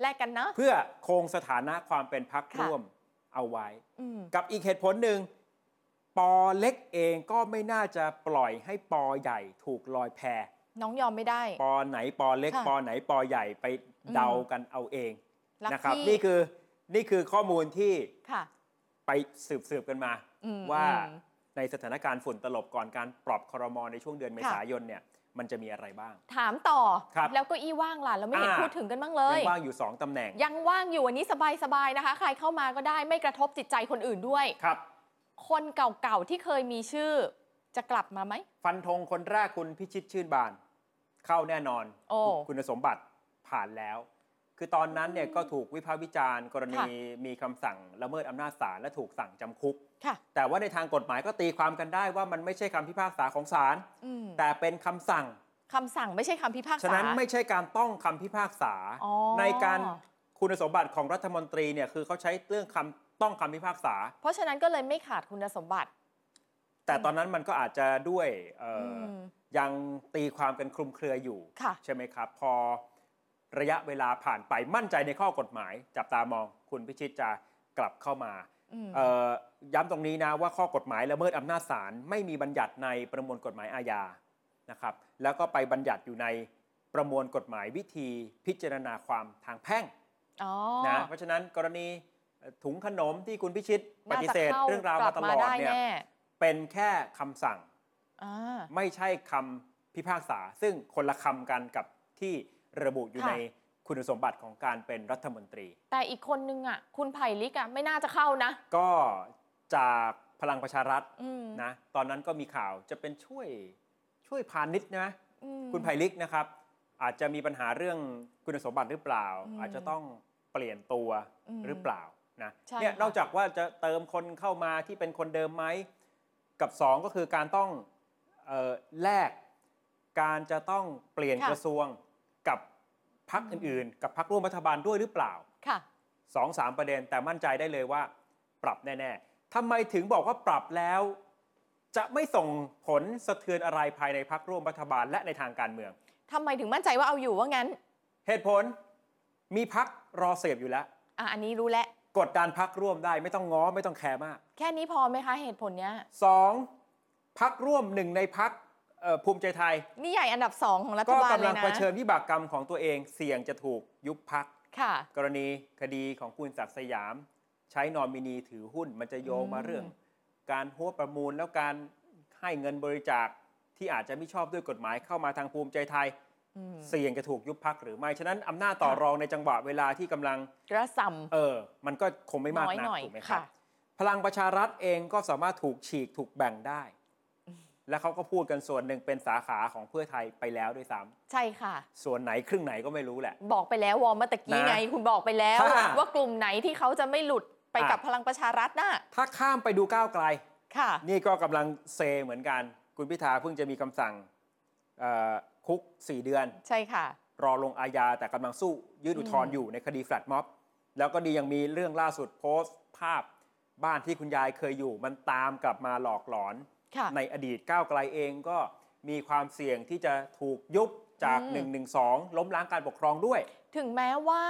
S3: แลกกันนะ
S2: เพื่อคงสถานะความเป็นพัก
S3: ค่ะ
S2: ร่วมเอาไว้
S3: อืม
S2: กับอีกเหตุผลหนึ่งปอเล็กเองก็ไม่น่าจะปล่อยให้ปอใหญ่ถูกลอยแพ
S3: น้องยอมไม่ได้
S2: ปอไหนปอเล็ก
S3: ค่ะ
S2: ปอไหนปอใหญ่ไปเดากันเอาเอง
S3: รัก
S2: นะครับ
S3: พี่
S2: นี่คือนี่คือข้อมูลที่
S3: ค่ะ
S2: ไปสืบสืบกันมา
S3: อืม
S2: ว่า
S3: อืม
S2: ในสถานการณ์ฝุ่นตลบก่อนการปรับครมในช่วงเดือนเมษายนเนี่ยมันจะมีอะไรบ้าง
S3: ถามต่อ
S2: ครับ
S3: แล้วเก็อี้ว่างล่ะ เราไม่เห็น
S2: อ่า
S3: พูดถึงกันบ้างเลย
S2: ยังว่างอยู่ 2ตำแหน่ง
S3: ยังว่างอยู่อันนี้สบายๆนะคะ ใครเข้ามาก็ได้ไม่กระทบจิตใจคนอื่นด้วย
S2: ครับ
S3: คนเก่าๆ ที่เคยมีชื่อ จะกลับมาไหม
S2: ฟันธงคนแรกคุณพิชิตชื่นบาน เข้าแน่นอน
S3: โอ้
S2: คุณสมบัติผ่านแล้ว คือตอนนั้นเนี่ยก็ถูกวิพากษ์วิจารณ์ กรณี
S3: ค่ะ
S2: มีคำสั่งละเมิดอำนาจศาลและถูกสั่งจำคุก
S3: ค่ะ
S2: แต่ว่าในทางกฎหมายก็ตีความกันได้ว่ามันไม่ใช่คำพิพากษาของศาล
S3: อืม
S2: แต่เป็นคำสั่ง
S3: คำสั่งไม่ใช่คำพิพากษา
S2: ฉะนั้นไม่ใช่การต้องคำพิพากษา
S3: อ๋อ
S2: ในการคุณสมบัติของรัฐมนตรีเนี่ยคือเขาใช้เรื่องคำต้องคำพิพากษา
S3: เพราะฉะนั้นก็เลยไม่ขาดคุณสมบัติ
S2: แต่ตอนนั้นมันก็อาจจะด้วยเอ่ออ
S3: ม
S2: ยังตีความกันคลุมเครืออยู่
S3: ค่ะ
S2: ใช่ไหมครับ พอระยะเวลาผ่านไปมั่นใจในข้อกฎหมาย จับตามองคุณพิชิตจะกลับเข้ามา
S3: อืม
S2: เอ่อย้ำตรงนี้นะว่าข้อกฎหมายละเมิดอำนาจศาลไม่มีบัญญัติในประมวลกฎหมายอาญานะครับ แล้วก็ไปบัญญัติอยู่ในประมวลกฎหมายวิธีพิจารณาความทางแพ่ง
S3: อ๋อ
S2: นะเพราะฉะนั้นกรณีเอ่อถุงขนมที่คุณพิชิตป
S3: น่าจะ
S2: ฏิเสธ
S3: ข้
S2: เรื่องราวมาตลอด
S3: กบ
S2: เนี่ย
S3: แน่
S2: เป็นแค่คำสั่ง
S3: อ่า
S2: ไม่ใช่คำพิพากษา ซึ่งคนละคำกันกับที่ระบุอยู่
S3: ค่ะ
S2: ในคุณสมบัติของการเป็นรัฐมนตรี
S3: แต่อีกคนนึงอ่ะ คุณไผ่ลิกอ่ะ ไม่น่าจะเข้านะ
S2: ก็จากพลังประชารัฐ
S3: อืม
S2: นะตอนนั้นก็มีข่าวจะเป็นช่วยช่วยพาณิชย์นะ
S3: อืม
S2: คุณไผ่ลิกนะครับ อาจจะมีปัญหาเรื่องคุณสมบัติหรือเปล่า
S3: อืม
S2: อาจจะต้องเปลี่ยนตัว
S3: อืม
S2: หรือเปล่านะ
S3: ใช่
S2: เนี่ย
S3: ค่ะ
S2: นอกจากว่าจะเติมคนเข้ามาที่เป็นคนเดิมไหม กับสองก็คือการต้องเออแลกการจะต้องเปลี่ยนกระทรวงกับพักอื่น ๆ กับพักร่วมรัฐบาลด้วยหรือเปล่า
S3: ค่ะ
S2: สองสามประเด็นแต่มั่นใจได้เลยว่าปรับแน่ๆทำไมถึงบอกว่าปรับแล้ว จะไม่ส่งผลสะเทือนอะไรภายในพักร่วมรัฐบาลและในทางการเมือง
S3: ทำไมถึงมั่นใจว่าเอาอยู่ว่างั้น
S2: เหตุผลมีพักรอเสพอยู่แล้ว
S3: อ่ะ อันนี้รู้แล้ว
S2: กดดันพักร่วมได้ไม่ต้องง้อไม่ต้องแคร์มาก
S3: แค่นี้พอไหมคะเหตุผลเนี้ย
S2: สองพักร่วมหนึ่งในพักภูมิใจไทย
S3: นี่ใหญ่อันดับสองของรัฐ
S2: ก็
S3: บาล
S2: กำ
S3: เล
S2: ลั
S3: ย
S2: ง
S3: นะ
S2: เผชิญวิบากกรรมของตัวเองเสี่ยงจะถูกยุบพัก
S3: ค่ะ
S2: กรณีคดีของคุณศักดิ์สยาม ใช้นอมินีถือหุ้น มันจะโยงมา
S3: อืม
S2: เรื่อง การหัวประมูลแล้วการให้เงินบริจาคที่อาจจะไม่ชอบด้วยกฎหมายเข้ามาทางภูมิใจไทย
S3: อืม
S2: เสี่ยงจะถูกยุบพักหรือไม่ ฉะนั้นอำนาจต่อรองในจังหวะเวลาที่กำลัง
S3: กระซ
S2: เออ มันก็คงไม่มาก
S3: น้อย
S2: นัก
S3: หน่อย
S2: ถูกไหมครับ
S3: ค่ะ
S2: พลังประชารัฐเองก็สามารถถูกฉีกถูกแบ่งได้ และเขาก็พูดกันส่วนหนึ่งเป็นสาขาของเพื่อไทยไปแล้วด้วยซ้
S3: ำใช่ค่ะ
S2: ำส่วนไหนครึ่งไหนก็ไม่รู้แหละ
S3: บอกไปแล้ววอร์มเมื่อตะกี้
S2: นะ
S3: ไง คุณบอกไปแล้ว
S2: ค่ะ
S3: ว่ากลุ่มไหนที่เขาจะไม่หลุดไปกับ
S2: อ่ะ
S3: พลังประชารัฐน่ะ
S2: ถ้าข้ามไปดูก้าวไกล
S3: ค่ะ
S2: นี่ก็กำลังเซเหมือนกัน คุณพิธาเพิ่งจะมีคำสั่งเอ่อคุก 4 เดือน
S3: ใช่ค่ะ
S2: รอลงอาญาแต่กำลังสู้ยืดอุทธรณ์
S3: อืม
S2: อยู่ในคดีแฟลตม็อบ แล้วก็ดียังมีเรื่องล่าสุดโพสต์ ภาพบ้านที่คุณยายเคยอยู่ มันตามกลับมาหลอกหลอน
S3: ค่ะ
S2: ในอดีตก้าวไกลเองก็มีความเสี่ยงที่จะถูกยุบจาก
S3: อืม
S2: 112 ล้มล้างการปกครองด้วย
S3: ถึงแม้ว่า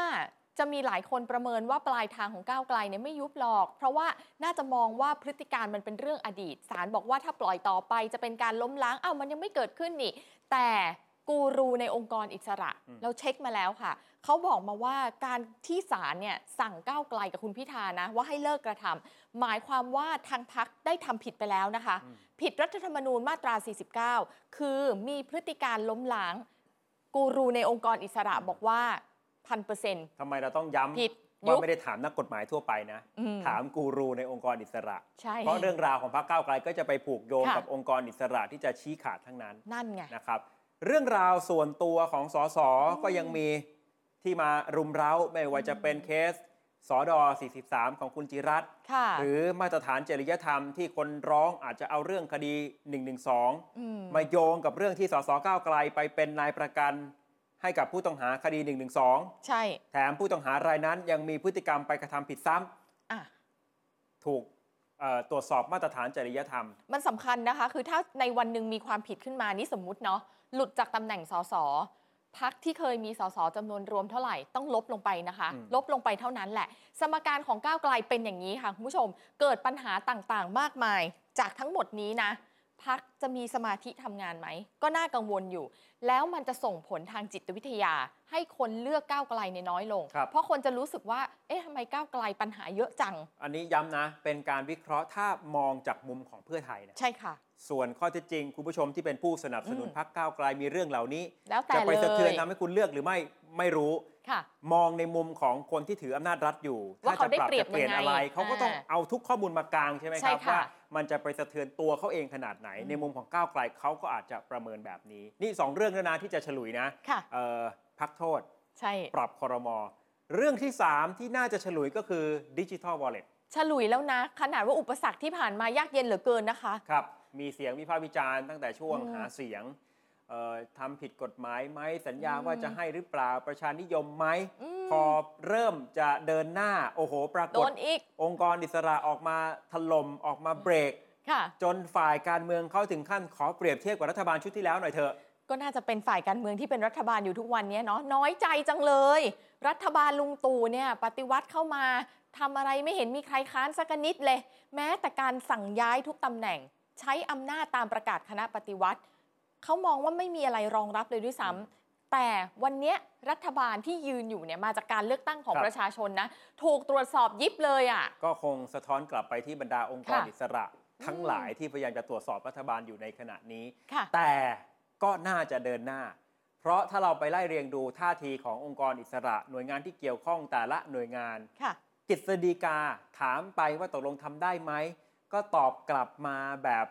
S3: จะมีหลายคนประเมินว่าปลายทางของก้าวไกลเนี่ยไม่ยุบหรอก เพราะว่าน่าจะมองว่าพฤติการมันเป็นเรื่องอดีตศาลบอกว่าถ้าปล่อยต่อไปจะเป็นการล้มล้างอ้าวมันยังไม่เกิดขึ้นนี่ แต่กูรูในองค์กรอิสระ
S2: อืม
S3: เราเช็คมาแล้วค่ะ เขาบอกมาว่าการที่ศาลเนี่ยสั่งก้าวไกลกับคุณพิธานะ ว่าให้เลิกกระทำหมายความว่าทางพักได้ทำผิดไปแล้วนะคะ ผิดรัฐธรรมนูญมาตรา 49 คือมีพฤติการล้มล้าง กูรูในองค์กรอิสระบอกว่าพันเปอร์เซ็นต์
S2: ทำไมเราต้องย้
S3: ผิด
S2: ำ
S3: ยุ
S2: ว่า
S3: บ
S2: ไม่ได้ถามนักกฎหมายทั่วไปนะ ถามกูรูในองค์กรอิสระ
S3: ใช่
S2: เพราะเรื่องราวของพรรคก้าวไกลก็จะไปผูกโยง
S3: ค่ะ
S2: กับองค์กรอิสระที่จะชี้ขาดทั้งนั้น
S3: นั่นไง
S2: นะครับ เรื่องราวส่วนตัวของสสก็ยังมีที่มารุมเร้าไม่ว่าจะเป็นเคสสอดอ43 ของคุณจิรัตน์
S3: ค่ะ
S2: หรือมาตรฐานจริยธรรมที่คนร้องอาจจะเอาเรื่องคดี 112
S3: ม
S2: มาโยงกับเรื่องที่สสก้าวไกลไปเป็นนายประกัน ให้กับผู้ต้องหาคดี 112
S3: ใช่
S2: แถมผู้ต้องหารายนั้นยังมีพฤติกรรมไปกระทำผิดซ้ำ
S3: อ่ะ
S2: ถูกเอ่อตรวจสอบมาตรฐานจริยธรรม
S3: มันสำคัญนะคะ คือถ้าในวันหนึ่งมีความผิดขึ้นมานี่สมมุติเนาะหลุดจากตำแหน่งสส พักที่เคยมีสสจำนวนรวมเท่าไหร่ต้องลบลงไปนะคะ
S2: อืม
S3: ลบลงไปเท่านั้นแหละ สมการของก้าวไกลเป็นอย่างนี้ค่ะคุณผู้ชม เกิดปัญหาต่างๆ มากมาย จากทั้งหมดนี้นะพักจะมีสมาธิทำงานไหม ก็น่ากังวลอยู่ แล้วมันจะส่งผลทางจิตวิทยา ให้คนเลือกก้าวไกลในยน้อยลง
S2: ครับ
S3: เพราะคนจะรู้สึกว่าเอ๊ะทำไมก้าวไกลปัญหาเยอะจัง
S2: อันนี้ย้ำนะ เป็นการวิเคราะห์ถ้ามองจากมุมของเพื่อไทยนะ
S3: ใช่ค่ะ
S2: ส่วนข้อเท็จจริง คุณผู้ชมที่เป็นผู้สนับสนุน
S3: อืม
S2: พักก้าวไกลมีเรื่องเหล่านี้
S3: แล้วแต่
S2: จะไป
S3: เล
S2: สะเทือน
S3: ย
S2: ทำให้คุณเลือกหรือไม่ไม่รู้
S3: ค่ะ
S2: มองในมุมของคนที่ถืออำนาจรัฐอยู่
S3: ว่าเขาได้เปรียบ
S2: จะเปลี่ยนอะไร
S3: ยังไง
S2: เขาก็ต้อง
S3: อ่า
S2: เอาทุกข้อมูลมากลางใช่ไหมค
S3: ใช่
S2: รับ
S3: ค่ะ
S2: ว่า มันจะไปสะเทือนตัวเขาเองขนาดไหน
S3: อืม
S2: ในมุมของก้าวไกลเขาก็อาจจะประเมินแบบนี้ นี่สองเรื่องแล้วนะที่จะฉลุยนะ
S3: ค่ะ
S2: เอ่อพักโทษ
S3: ใช่
S2: ปรับคอรมอเรื่องที่ 3 ที่น่าจะฉลุยก็คือดิจิทัลวอลเล็ต
S3: ฉลุยแล้วนะ ขนาดว่าอุปสรรคที่ผ่านมายากเย็นเหลือเกินนะคะ
S2: ครับ มีเสียงวิพากษ์วิจารณ์ตั้งแต่ช่วง
S3: อืม
S2: หาเสียงเอ่อทำผิดกฎหมายไหมสัญญา
S3: อืม
S2: ว่าจะให้หรือเปล่าประชานิยมไหม
S3: ม
S2: พอเริ่มจะเดินหน้า โอ้โห ปรา
S3: โด
S2: กฏ
S3: นอีก
S2: องค์กรอิสระออกมาถล่มออกมาเบรก
S3: ค่ะ
S2: จนฝ่ายการเมืองเข้าถึงขั้นขอเปรียบเทียบกับรัฐบาลชุดที่แล้วหน่อยเถอะ
S3: ก็น่าจะเป็นฝ่ายการเมืองที่เป็นรัฐบาลอยู่ทุกวันเนี้ยเนาะน้อยใจจังเลย รัฐบาลลุงตู่เนี่ย ปฏิวัติเข้ามาทำอะไรไม่เห็นมีใครค้านสักนิดเลย แม้แต่การสั่งย้ายทุกตำแหน่ง ใช้อำนาจตามประกาศคณะปฏิวัติ เขามองว่าไม่มีอะไรรองรับเลยด้วยซ้ำแต่วันเนี้ยรัฐบาลที่ยืนอยู่เนี่ยมาจากการเลือกตั้งของ
S2: ครับ
S3: ประชาชนนะถูกตรวจสอบยิบเลยอ่ะ
S2: ก็คงสะท้อนกลับไปที่บรรดาองค์กร
S3: ค่ะ
S2: อิสระ ทั้ง
S3: อืม
S2: หลายที่พยายามจะตรวจสอบรัฐบาลอยู่ในขณะนี้
S3: ค่ะ
S2: แต่ก็น่าจะเดินหน้า เพราะถ้าเราไปไล่เรียงดูท่าทีขององค์กรอิสระ หน่วยงานที่เกี่ยวข้องแต่ละหน่วยงาน
S3: ค่ะ
S2: กฤษฎีกาถามไปว่าตกลงทำได้ไหม ก็ตอบกลับมาแบบ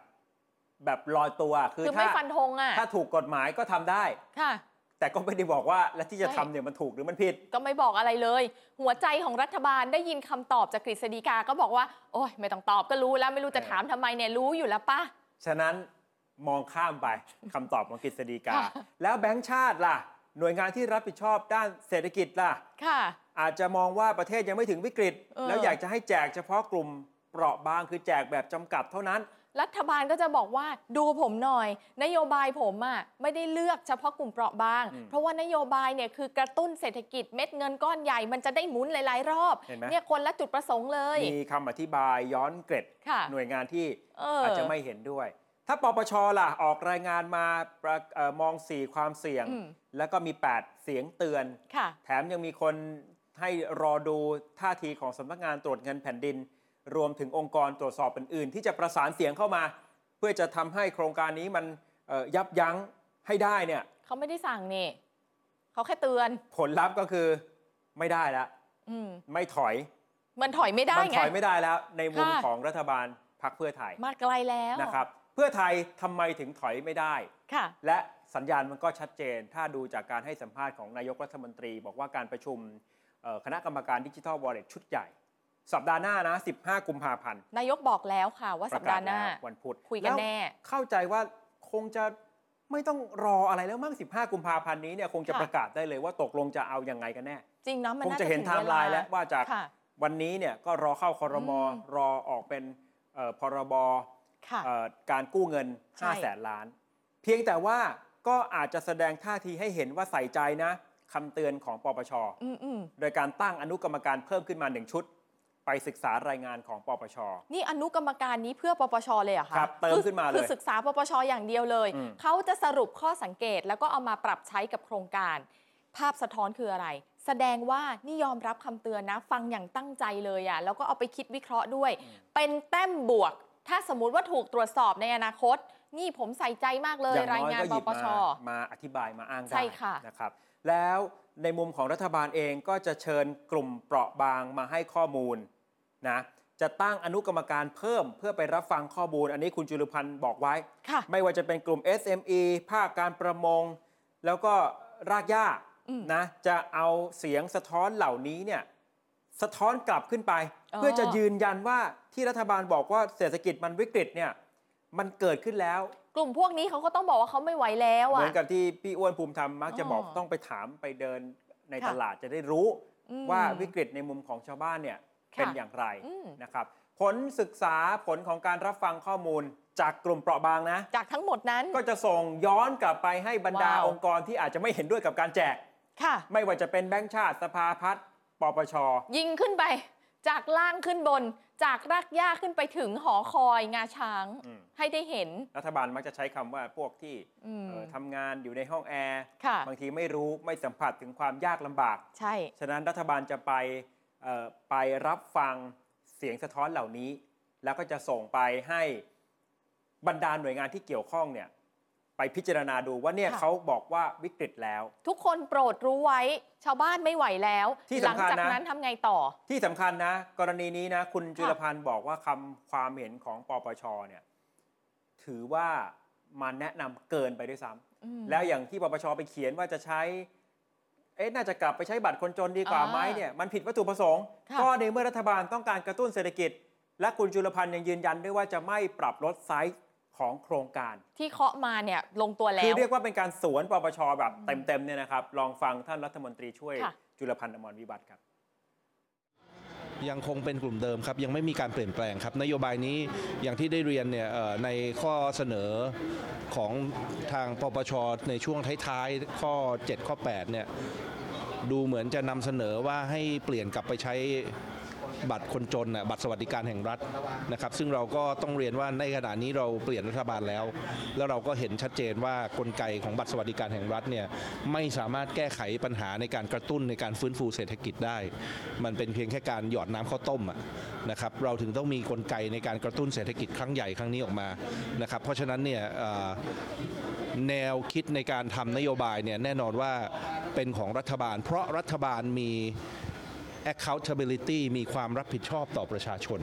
S2: แบบลอยตัว คือ
S3: คือ
S2: ถ้า
S3: ไม่ฟันธงอ่ะ
S2: ถ้าถูกกฎหมายก็ทำได้
S3: ค่ะ
S2: แต่ก็ไม่ได้บอกว่าและที่จะ
S3: ใช่
S2: ทำเนี่ยมันถูกหรือมันผิด
S3: ก็ไม่บอกอะไรเลย หัวใจของรัฐบาลได้ยินคำตอบจากกฤษฎีกาก็บอกว่า โอ้ยไม่ต้องตอบก็รู้แล้วไม่รู้จะถามทำไมเนี่ยรู้อยู่แล้วป่ะ
S2: ฉะนั้นมองข้ามไป คำตอบของกฤษฎีกา
S3: ค่ะ
S2: แล้วแบงค์ชาติล่ะ หน่วยงานที่รับผิดชอบด้านเศรษฐกิจล่ะ
S3: ค่ะ
S2: อาจจะมองว่าประเทศยังไม่ถึงวิกฤต
S3: เออ
S2: แล้วอยากจะให้แจกเฉพาะกลุ่มเปราะบางคือแจกแบบจำกัดเท่านั้น
S3: รัฐบาลก็จะบอกว่าดูผมหน่อย นโยบายผมอะ่ะไม่ได้เลือกเฉพาะกลุ่มเปราะบาง
S2: อืม
S3: เพราะว่านโยบายเนี่ยคือกระตุ้นเศรษฐกิจเม็ดเงินก้อนใหญ่มันจะได้หมุนหลายๆ รอบ
S2: เห็นไหม
S3: ยคนละจุดประสงค์เลย
S2: มีคำอธิบายย้อนเกร็ด
S3: ค่ะ
S2: หน่วยงานที่
S3: เอออ
S2: อาจจะไม่เห็นด้วย ถ้าปปชล่ะ ออกรายงานมาประเอ่อมอง 4 ความเสี่ยง
S3: อืม
S2: แล้วก็มี 8 เสียงเตือน
S3: ค่ะ
S2: แถมยังมีคนให้รอดูท่าทีของสำนักงานตรวจเงินแผ่นดิน รวมถึงองค์กรตรวจสอบอื่นๆ ที่จะประสานเสียงเข้ามา เพื่อจะทำให้โครงการนี้มันเอ่อยับยั้งให้ได้เนี่ย
S3: เขาไม่ได้สั่งนี่เขาแค่เตือน
S2: ผลลัพธ์ก็คือไม่ได้แล้ว
S3: อืม
S2: ไม่ถอย
S3: มันถอยไม่ได้
S2: มั
S3: ไง
S2: ถอยไม่ได้แล้ว ในมุม
S3: ค่ะ
S2: ของรัฐบาลพรรคเพื่อไทย
S3: มาไกลแล้ว
S2: นะครับ เพื่อไทยทำไมถึงถอยไม่ได้
S3: ค่ะ
S2: และสัญญาณมันก็ชัดเจน ถ้าดูจากการให้สัมภาษณ์ของนายกรัฐมนตรี บอกว่าการประชุมเอ่อคณะกรรมการดิจิทัลวอลเล็ตชุดใหญ่ สัปดาห์หน้านะ 15 กุมภาพันธ์
S3: นายกบอกแล้วค่ะว่า
S2: ป
S3: สั
S2: ระ
S3: ป
S2: กา
S3: ดา
S2: ศ
S3: ห์ห
S2: แล้
S3: น้าว
S2: วันพุธ
S3: คุยกัน
S2: ล้ว
S3: แน่
S2: เข้าใจว่าคงจะไม่ต้องรออะไรแล้วมั้ง 15 กุมภาพันธ์นี้เนี่ยคงจะ
S3: ค่ะ
S2: ประกาศได้เลยว่าตกลงจะเอายังไงกันแน่
S3: จริงเนาะมัน
S2: คง
S3: น่า
S2: จะ
S3: จะ
S2: เห็น
S3: ถึ
S2: ไทม์ไลน์แล้วว่าจาก
S3: ค่ะ
S2: วันนี้เนี่ยก็รอเข้าคอรมอ
S3: อืม
S2: รอออกเป็นเอ่อพรบ
S3: ค่ะ
S2: เอ่อการกู้เงิน
S3: ใช่
S2: 5 แสนล้าน เพียงแต่ว่าก็อาจจะแสดงท่าทีให้เห็นว่าใส่ใจนะคำเตือนของปปช
S3: อืมอืม
S2: โดยการตั้งอนุกรรมการเพิ่มขึ้นมาหนึ่งชุด ไปศึกษารายงานของปปช
S3: นี่อนุกรรมการนี้เพื่อปปชเลยเหรอคะ
S2: ครับเติม
S3: คือ
S2: ขึ้นมาเลย
S3: คือศึกษาปปชอย่างเดียวเลย
S2: อืม
S3: เขาจะสรุปข้อสังเกตแล้วก็เอามาปรับใช้กับโครงการ ภาพสะท้อนคืออะไร แสดงว่านี่ยอมรับคำเตือนนะ ฟังอย่างตั้งใจเลยอะแล้วก็เอาไปคิดวิเคราะห์ด้วย เป็นแต้มบวก ถ้าสมมติว่าถูกตรวจสอบในอนาคต นี่ผมใส่ใจมากเลย
S2: อย่าง
S3: ราย
S2: น้อย
S3: งาน
S2: ก็ห
S3: ป
S2: ยิบ
S3: ปช
S2: มามาอธิบายมาอ้างได้
S3: ใช่ค่ะ
S2: นะครับ แล้วในมุมของรัฐบาลเองก็จะเชิญกลุ่มเปราะบางมาให้ข้อมูลนะ จะตั้งอนุกรรมการเพิ่มเพื่อไปรับฟังข้อมูล อันนี้คุณจุลพันธ์บอกไว้
S3: ค่ะ
S2: ไม่ว่าจะเป็นกลุ่ม SME ภาคการประมง แล้วก็รากหญ้า
S3: อืม
S2: นะ จะเอาเสียงสะท้อนเหล่านี้เนี่ยสะท้อนกลับขึ้นไป
S3: อ๋อ
S2: เพื่อจะยืนยันว่าที่รัฐบาลบอกว่าเศรษฐกิจมันวิกฤตเนี่ยมันเกิดขึ้นแล้ว
S3: กลุ่มพวกนี้เขาก็ต้องบอกว่าเขาไม่ไหวแล้ว
S2: เหมื
S3: อะ
S2: อนกับที่พี่อ้วนภูมิธรรมมักจะบอก
S3: อ๋อ
S2: ต้องไปถามไปเดินใน
S3: ค่ะ
S2: ตลาดจะได้รู้
S3: อืม
S2: ว่าวิกฤตในมุมของชาวบ้านเนี่ย
S3: ค่ะ
S2: เป็นอย่างไร
S3: อืม
S2: นะครับ ผลศึกษาผลของการรับฟังข้อมูลจากกลุ่มเปราะบางนะ
S3: จากทั้งหมดนั้น
S2: ก็จะส่งย้อนกลับไปให้บรรดา
S3: ว้าว
S2: องค์กรที่อาจจะไม่เห็นด้วยกับการแจก
S3: ค่ะ
S2: ไม่ว่าจะเป็นแบงก์ชาติสภาพัฒน์ปปช
S3: ยิงขึ้นไป จากล่างขึ้นบน จากรากหญ้าขึ้นไปถึงหอคอยงาช้าง
S2: อืม
S3: ให้ได้เห็น
S2: รัฐบาลมักจะใช้คำว่าพวกที่
S3: อืม
S2: เอ่อทำงานอยู่ในห้องแอร์
S3: ค่ะ
S2: บางทีไม่รู้ไม่สัมผัสถึงความยากลำบาก
S3: ใช่
S2: ฉะนั้นรัฐบาลจะไปเอ่อไปรับฟังเสียงสะท้อนเหล่านี้ แล้วก็จะส่งไปให้บรรดาหน่วยงานที่เกี่ยวข้องเนี่ยไปพิจารณาดูว่าเนี่ย
S3: ค่ะ
S2: เขาบอกว่าวิกฤตแล้ว
S3: ทุกคนโปรดรู้ไว้ ชาวบ้านไม่ไหวแล้ว
S2: ที่
S3: หลั
S2: สำคัญนะ
S3: จากนั้นทำไงต่อ
S2: ที่สำคัญนะ กรณีนี้นะ คุณจุลพันธ์บอกว่าคำความเห็นของปปชเนี่ยถือว่ามันแนะนำเกินไปด้วยซ้ำ
S3: อืม
S2: แล้วอย่างที่ปปชไปเขียนว่าจะใช้ เอ๊ะน่าจะกลับไปใช้บัตรคนจนดีกว่า
S3: อ่า
S2: ไหมเนี่ยมันผิดวัตถุประสงค์
S3: ค่ะ
S2: ก็ในเมื่อรัฐบาลต้องการกระตุ้นเศรษฐกิจ และคุณจุลพันธ์ยังยืนยันด้วยว่าจะไม่ปรับลดไซส์ของโครงการ
S3: ที่เคาะมาเนี่ยลงตัวแล้
S2: คือ
S3: ว
S2: เรียกว่าเป็นการสวนปปชแบบเต็มๆเนี่ยนะครับลองฟังท่านรัฐมนตรีช่วย
S3: ค่ะ
S2: จุลพันธ์อมรวิบัติครับ
S5: ยังคงเป็นกลุ่มเดิมครับ ยังไม่มีการเปลี่ยนแปลงครับ นโยบายนี้อย่างที่ได้เรียนเนี่ยเอ่อในข้อเสนอของทางปปชในช่วงท้ายๆ ข้อ 7 ข้อ 8 เนี่ยดูเหมือนจะนำเสนอว่าให้เปลี่ยนกลับไปใช้บัตรคนจนน่ะบัตรสวัสดิการแห่งรัฐนะครับ ซึ่งเราก็ต้องเรียนว่าในขณะนี้เราเปลี่ยนรัฐบาลแล้ว แล้วเราก็เห็นชัดเจนว่ากลไกของบัตรสวัสดิการแห่งรัฐเนี่ยไม่สามารถแก้ไขปัญหาในการกระตุ้นในการฟื้นฟูเศรษฐกิจได้ มันเป็นเพียงแค่การหยอดน้ำข้าวต้มอะนะครับเราถึงต้องมีกลไกในการกระตุ้นเศรษฐกิจครั้งใหญ่ครั้งนี้ออกมานะครับเพราะฉะนั้นเนี่ยเอ่อ แนวคิดในการทำนโยบายเนี่ยแน่นอนว่าเป็นของรัฐบาล เพราะรัฐบาลมี accountability มีความรับผิดชอบต่อประชาชน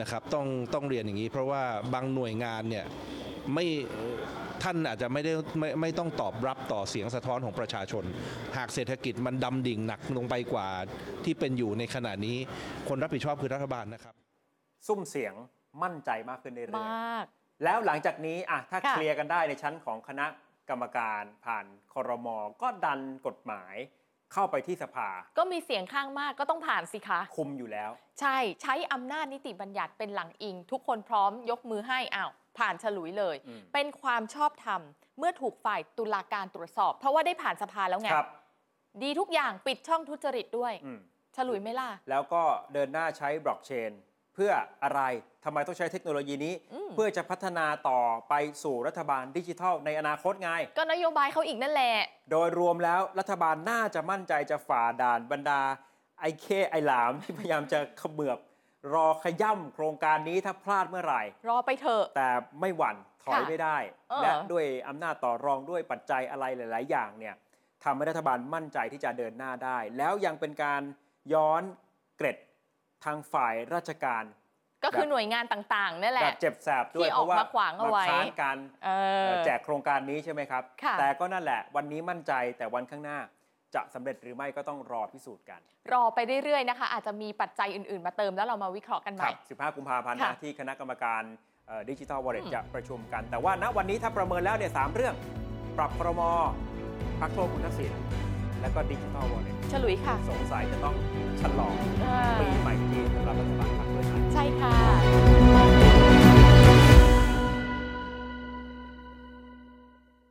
S5: นะครับต้องต้องเรียนอย่างนี้เพราะว่าบางหน่วยงานเนี่ยไม่ท่านอาจจะไม่ได้ไม่ไม่ต้องตอบรับต่อเสียงสะท้อนของประชาชน หากเศรษฐกิจมันดำดิ่งหนักลงไปกว่าที่เป็นอยู่ในขณะนี้คนรับผิดชอบคือรัฐบาลนะครับ
S2: ซุ่มเสียงมั่นใจมากขึ้นเรื่อย
S3: ม
S2: ๆ
S3: าก
S2: แล้วหลังจากนี้อะถ้า
S3: ค่ะ
S2: เคลียร์กันได้ในชั้นของคณะกรรมการผ่านครม ก็ดันกฎหมายเข้าไปที่สภา
S3: ก็มีเสียงข้างมากก็ต้องผ่านสิคะ
S2: คุมอยู่แล้ว
S3: ใช่ใช้อำนาจนิติบัญญัติเป็นหลังอิง ทุกคนพร้อมยกมือให้อ้าวผ่านฉลุยเลย
S2: อืม
S3: เป็นความชอบธรรม เมื่อถูกฝ่ายตุลาการตรวจสอบ เพราะว่าได้ผ่านสภาแล้วไง
S2: ครับ
S3: ดีทุกอย่างปิดช่องทุจริตด้วย
S2: อืม
S3: ฉลุยไหม่ล่ะ
S2: แล้วก็เดินหน้าใช้บล็อกเชน เพื่ออะไรทำไมต้องใช้เทคโนโลยีนี้
S3: อืม
S2: เพื่อจะพัฒนาต่อไปสู่รัฐบาลดิจิทัลในอนาคตไง
S3: ก็นโยบายเขาอีกนั่นแหละ
S2: โดยรวมแล้วรัฐบาลน่าจะมั่นใจจะฝ่าด่านบรรดาไอเคไอหลาม ที่พยายามจะเขมือบรอขย่ำโครงการนี้ถ้าพลาดเมื่อไหร่
S3: รอไปเถอะ
S2: แต่ไม่หวั่นถอย
S3: ค่ะ
S2: ไม่ได้
S3: เออ
S2: และด้วยอำนาจต่อรองด้วยปัจจัยอะไรหลาย ๆ อย่างเนี่ยทำให้รัฐบาลมั่นใจที่จะเดินหน้าได้ แล้วยังเป็นการย้อนเกร็ดทางฝ่ายราชการ
S3: ก็คือ
S2: แบบ
S3: หน่วยงานต่างๆนั่นแห
S2: แบ
S3: ละ
S2: บเจ็บแสบด้ว
S3: ที่
S2: ย
S3: ออก
S2: เพราะว่า
S3: มาขวางเอาไว้
S2: มค้านการ
S3: เอ
S2: เอ่
S3: อ
S2: อแจกโครงการนี้ใช่ไหมครับ
S3: ค่ะ
S2: แต่ก็นั่นแหละ วันนี้มั่นใจแต่วันข้างหน้าจะสำเร็จหรือไม่ก็ต้องรอพิสูจน์กัน
S3: รอไปเรื่อยๆนะคะ อาจจะมีปัจจัยอื่นๆ มาเติมแล้วเรามาวิเคราะห์กันให
S2: ครั
S3: ม่
S2: บ 15 กุมภาพันธ์
S3: ค่ะ
S2: นะที่คณะกรรมการดิจิทัลวอลเล็ต
S3: อืม
S2: จะประชุมกัน แต่ว่าณวันนี้ถ้าประเมินแล้วเนี่ยสามเรื่อง ปรับครมพักโทษคุณทักษิณแล้วก็ดิจิทัลวอลเล็ต
S3: ฉลุยค่ะ
S2: สงสัยจะต้องฉลอง
S3: เออ
S2: ปีใหม่ที่สำหรับรัฐบาลพรรคเพื่อไทย
S3: ใช่ค่ะ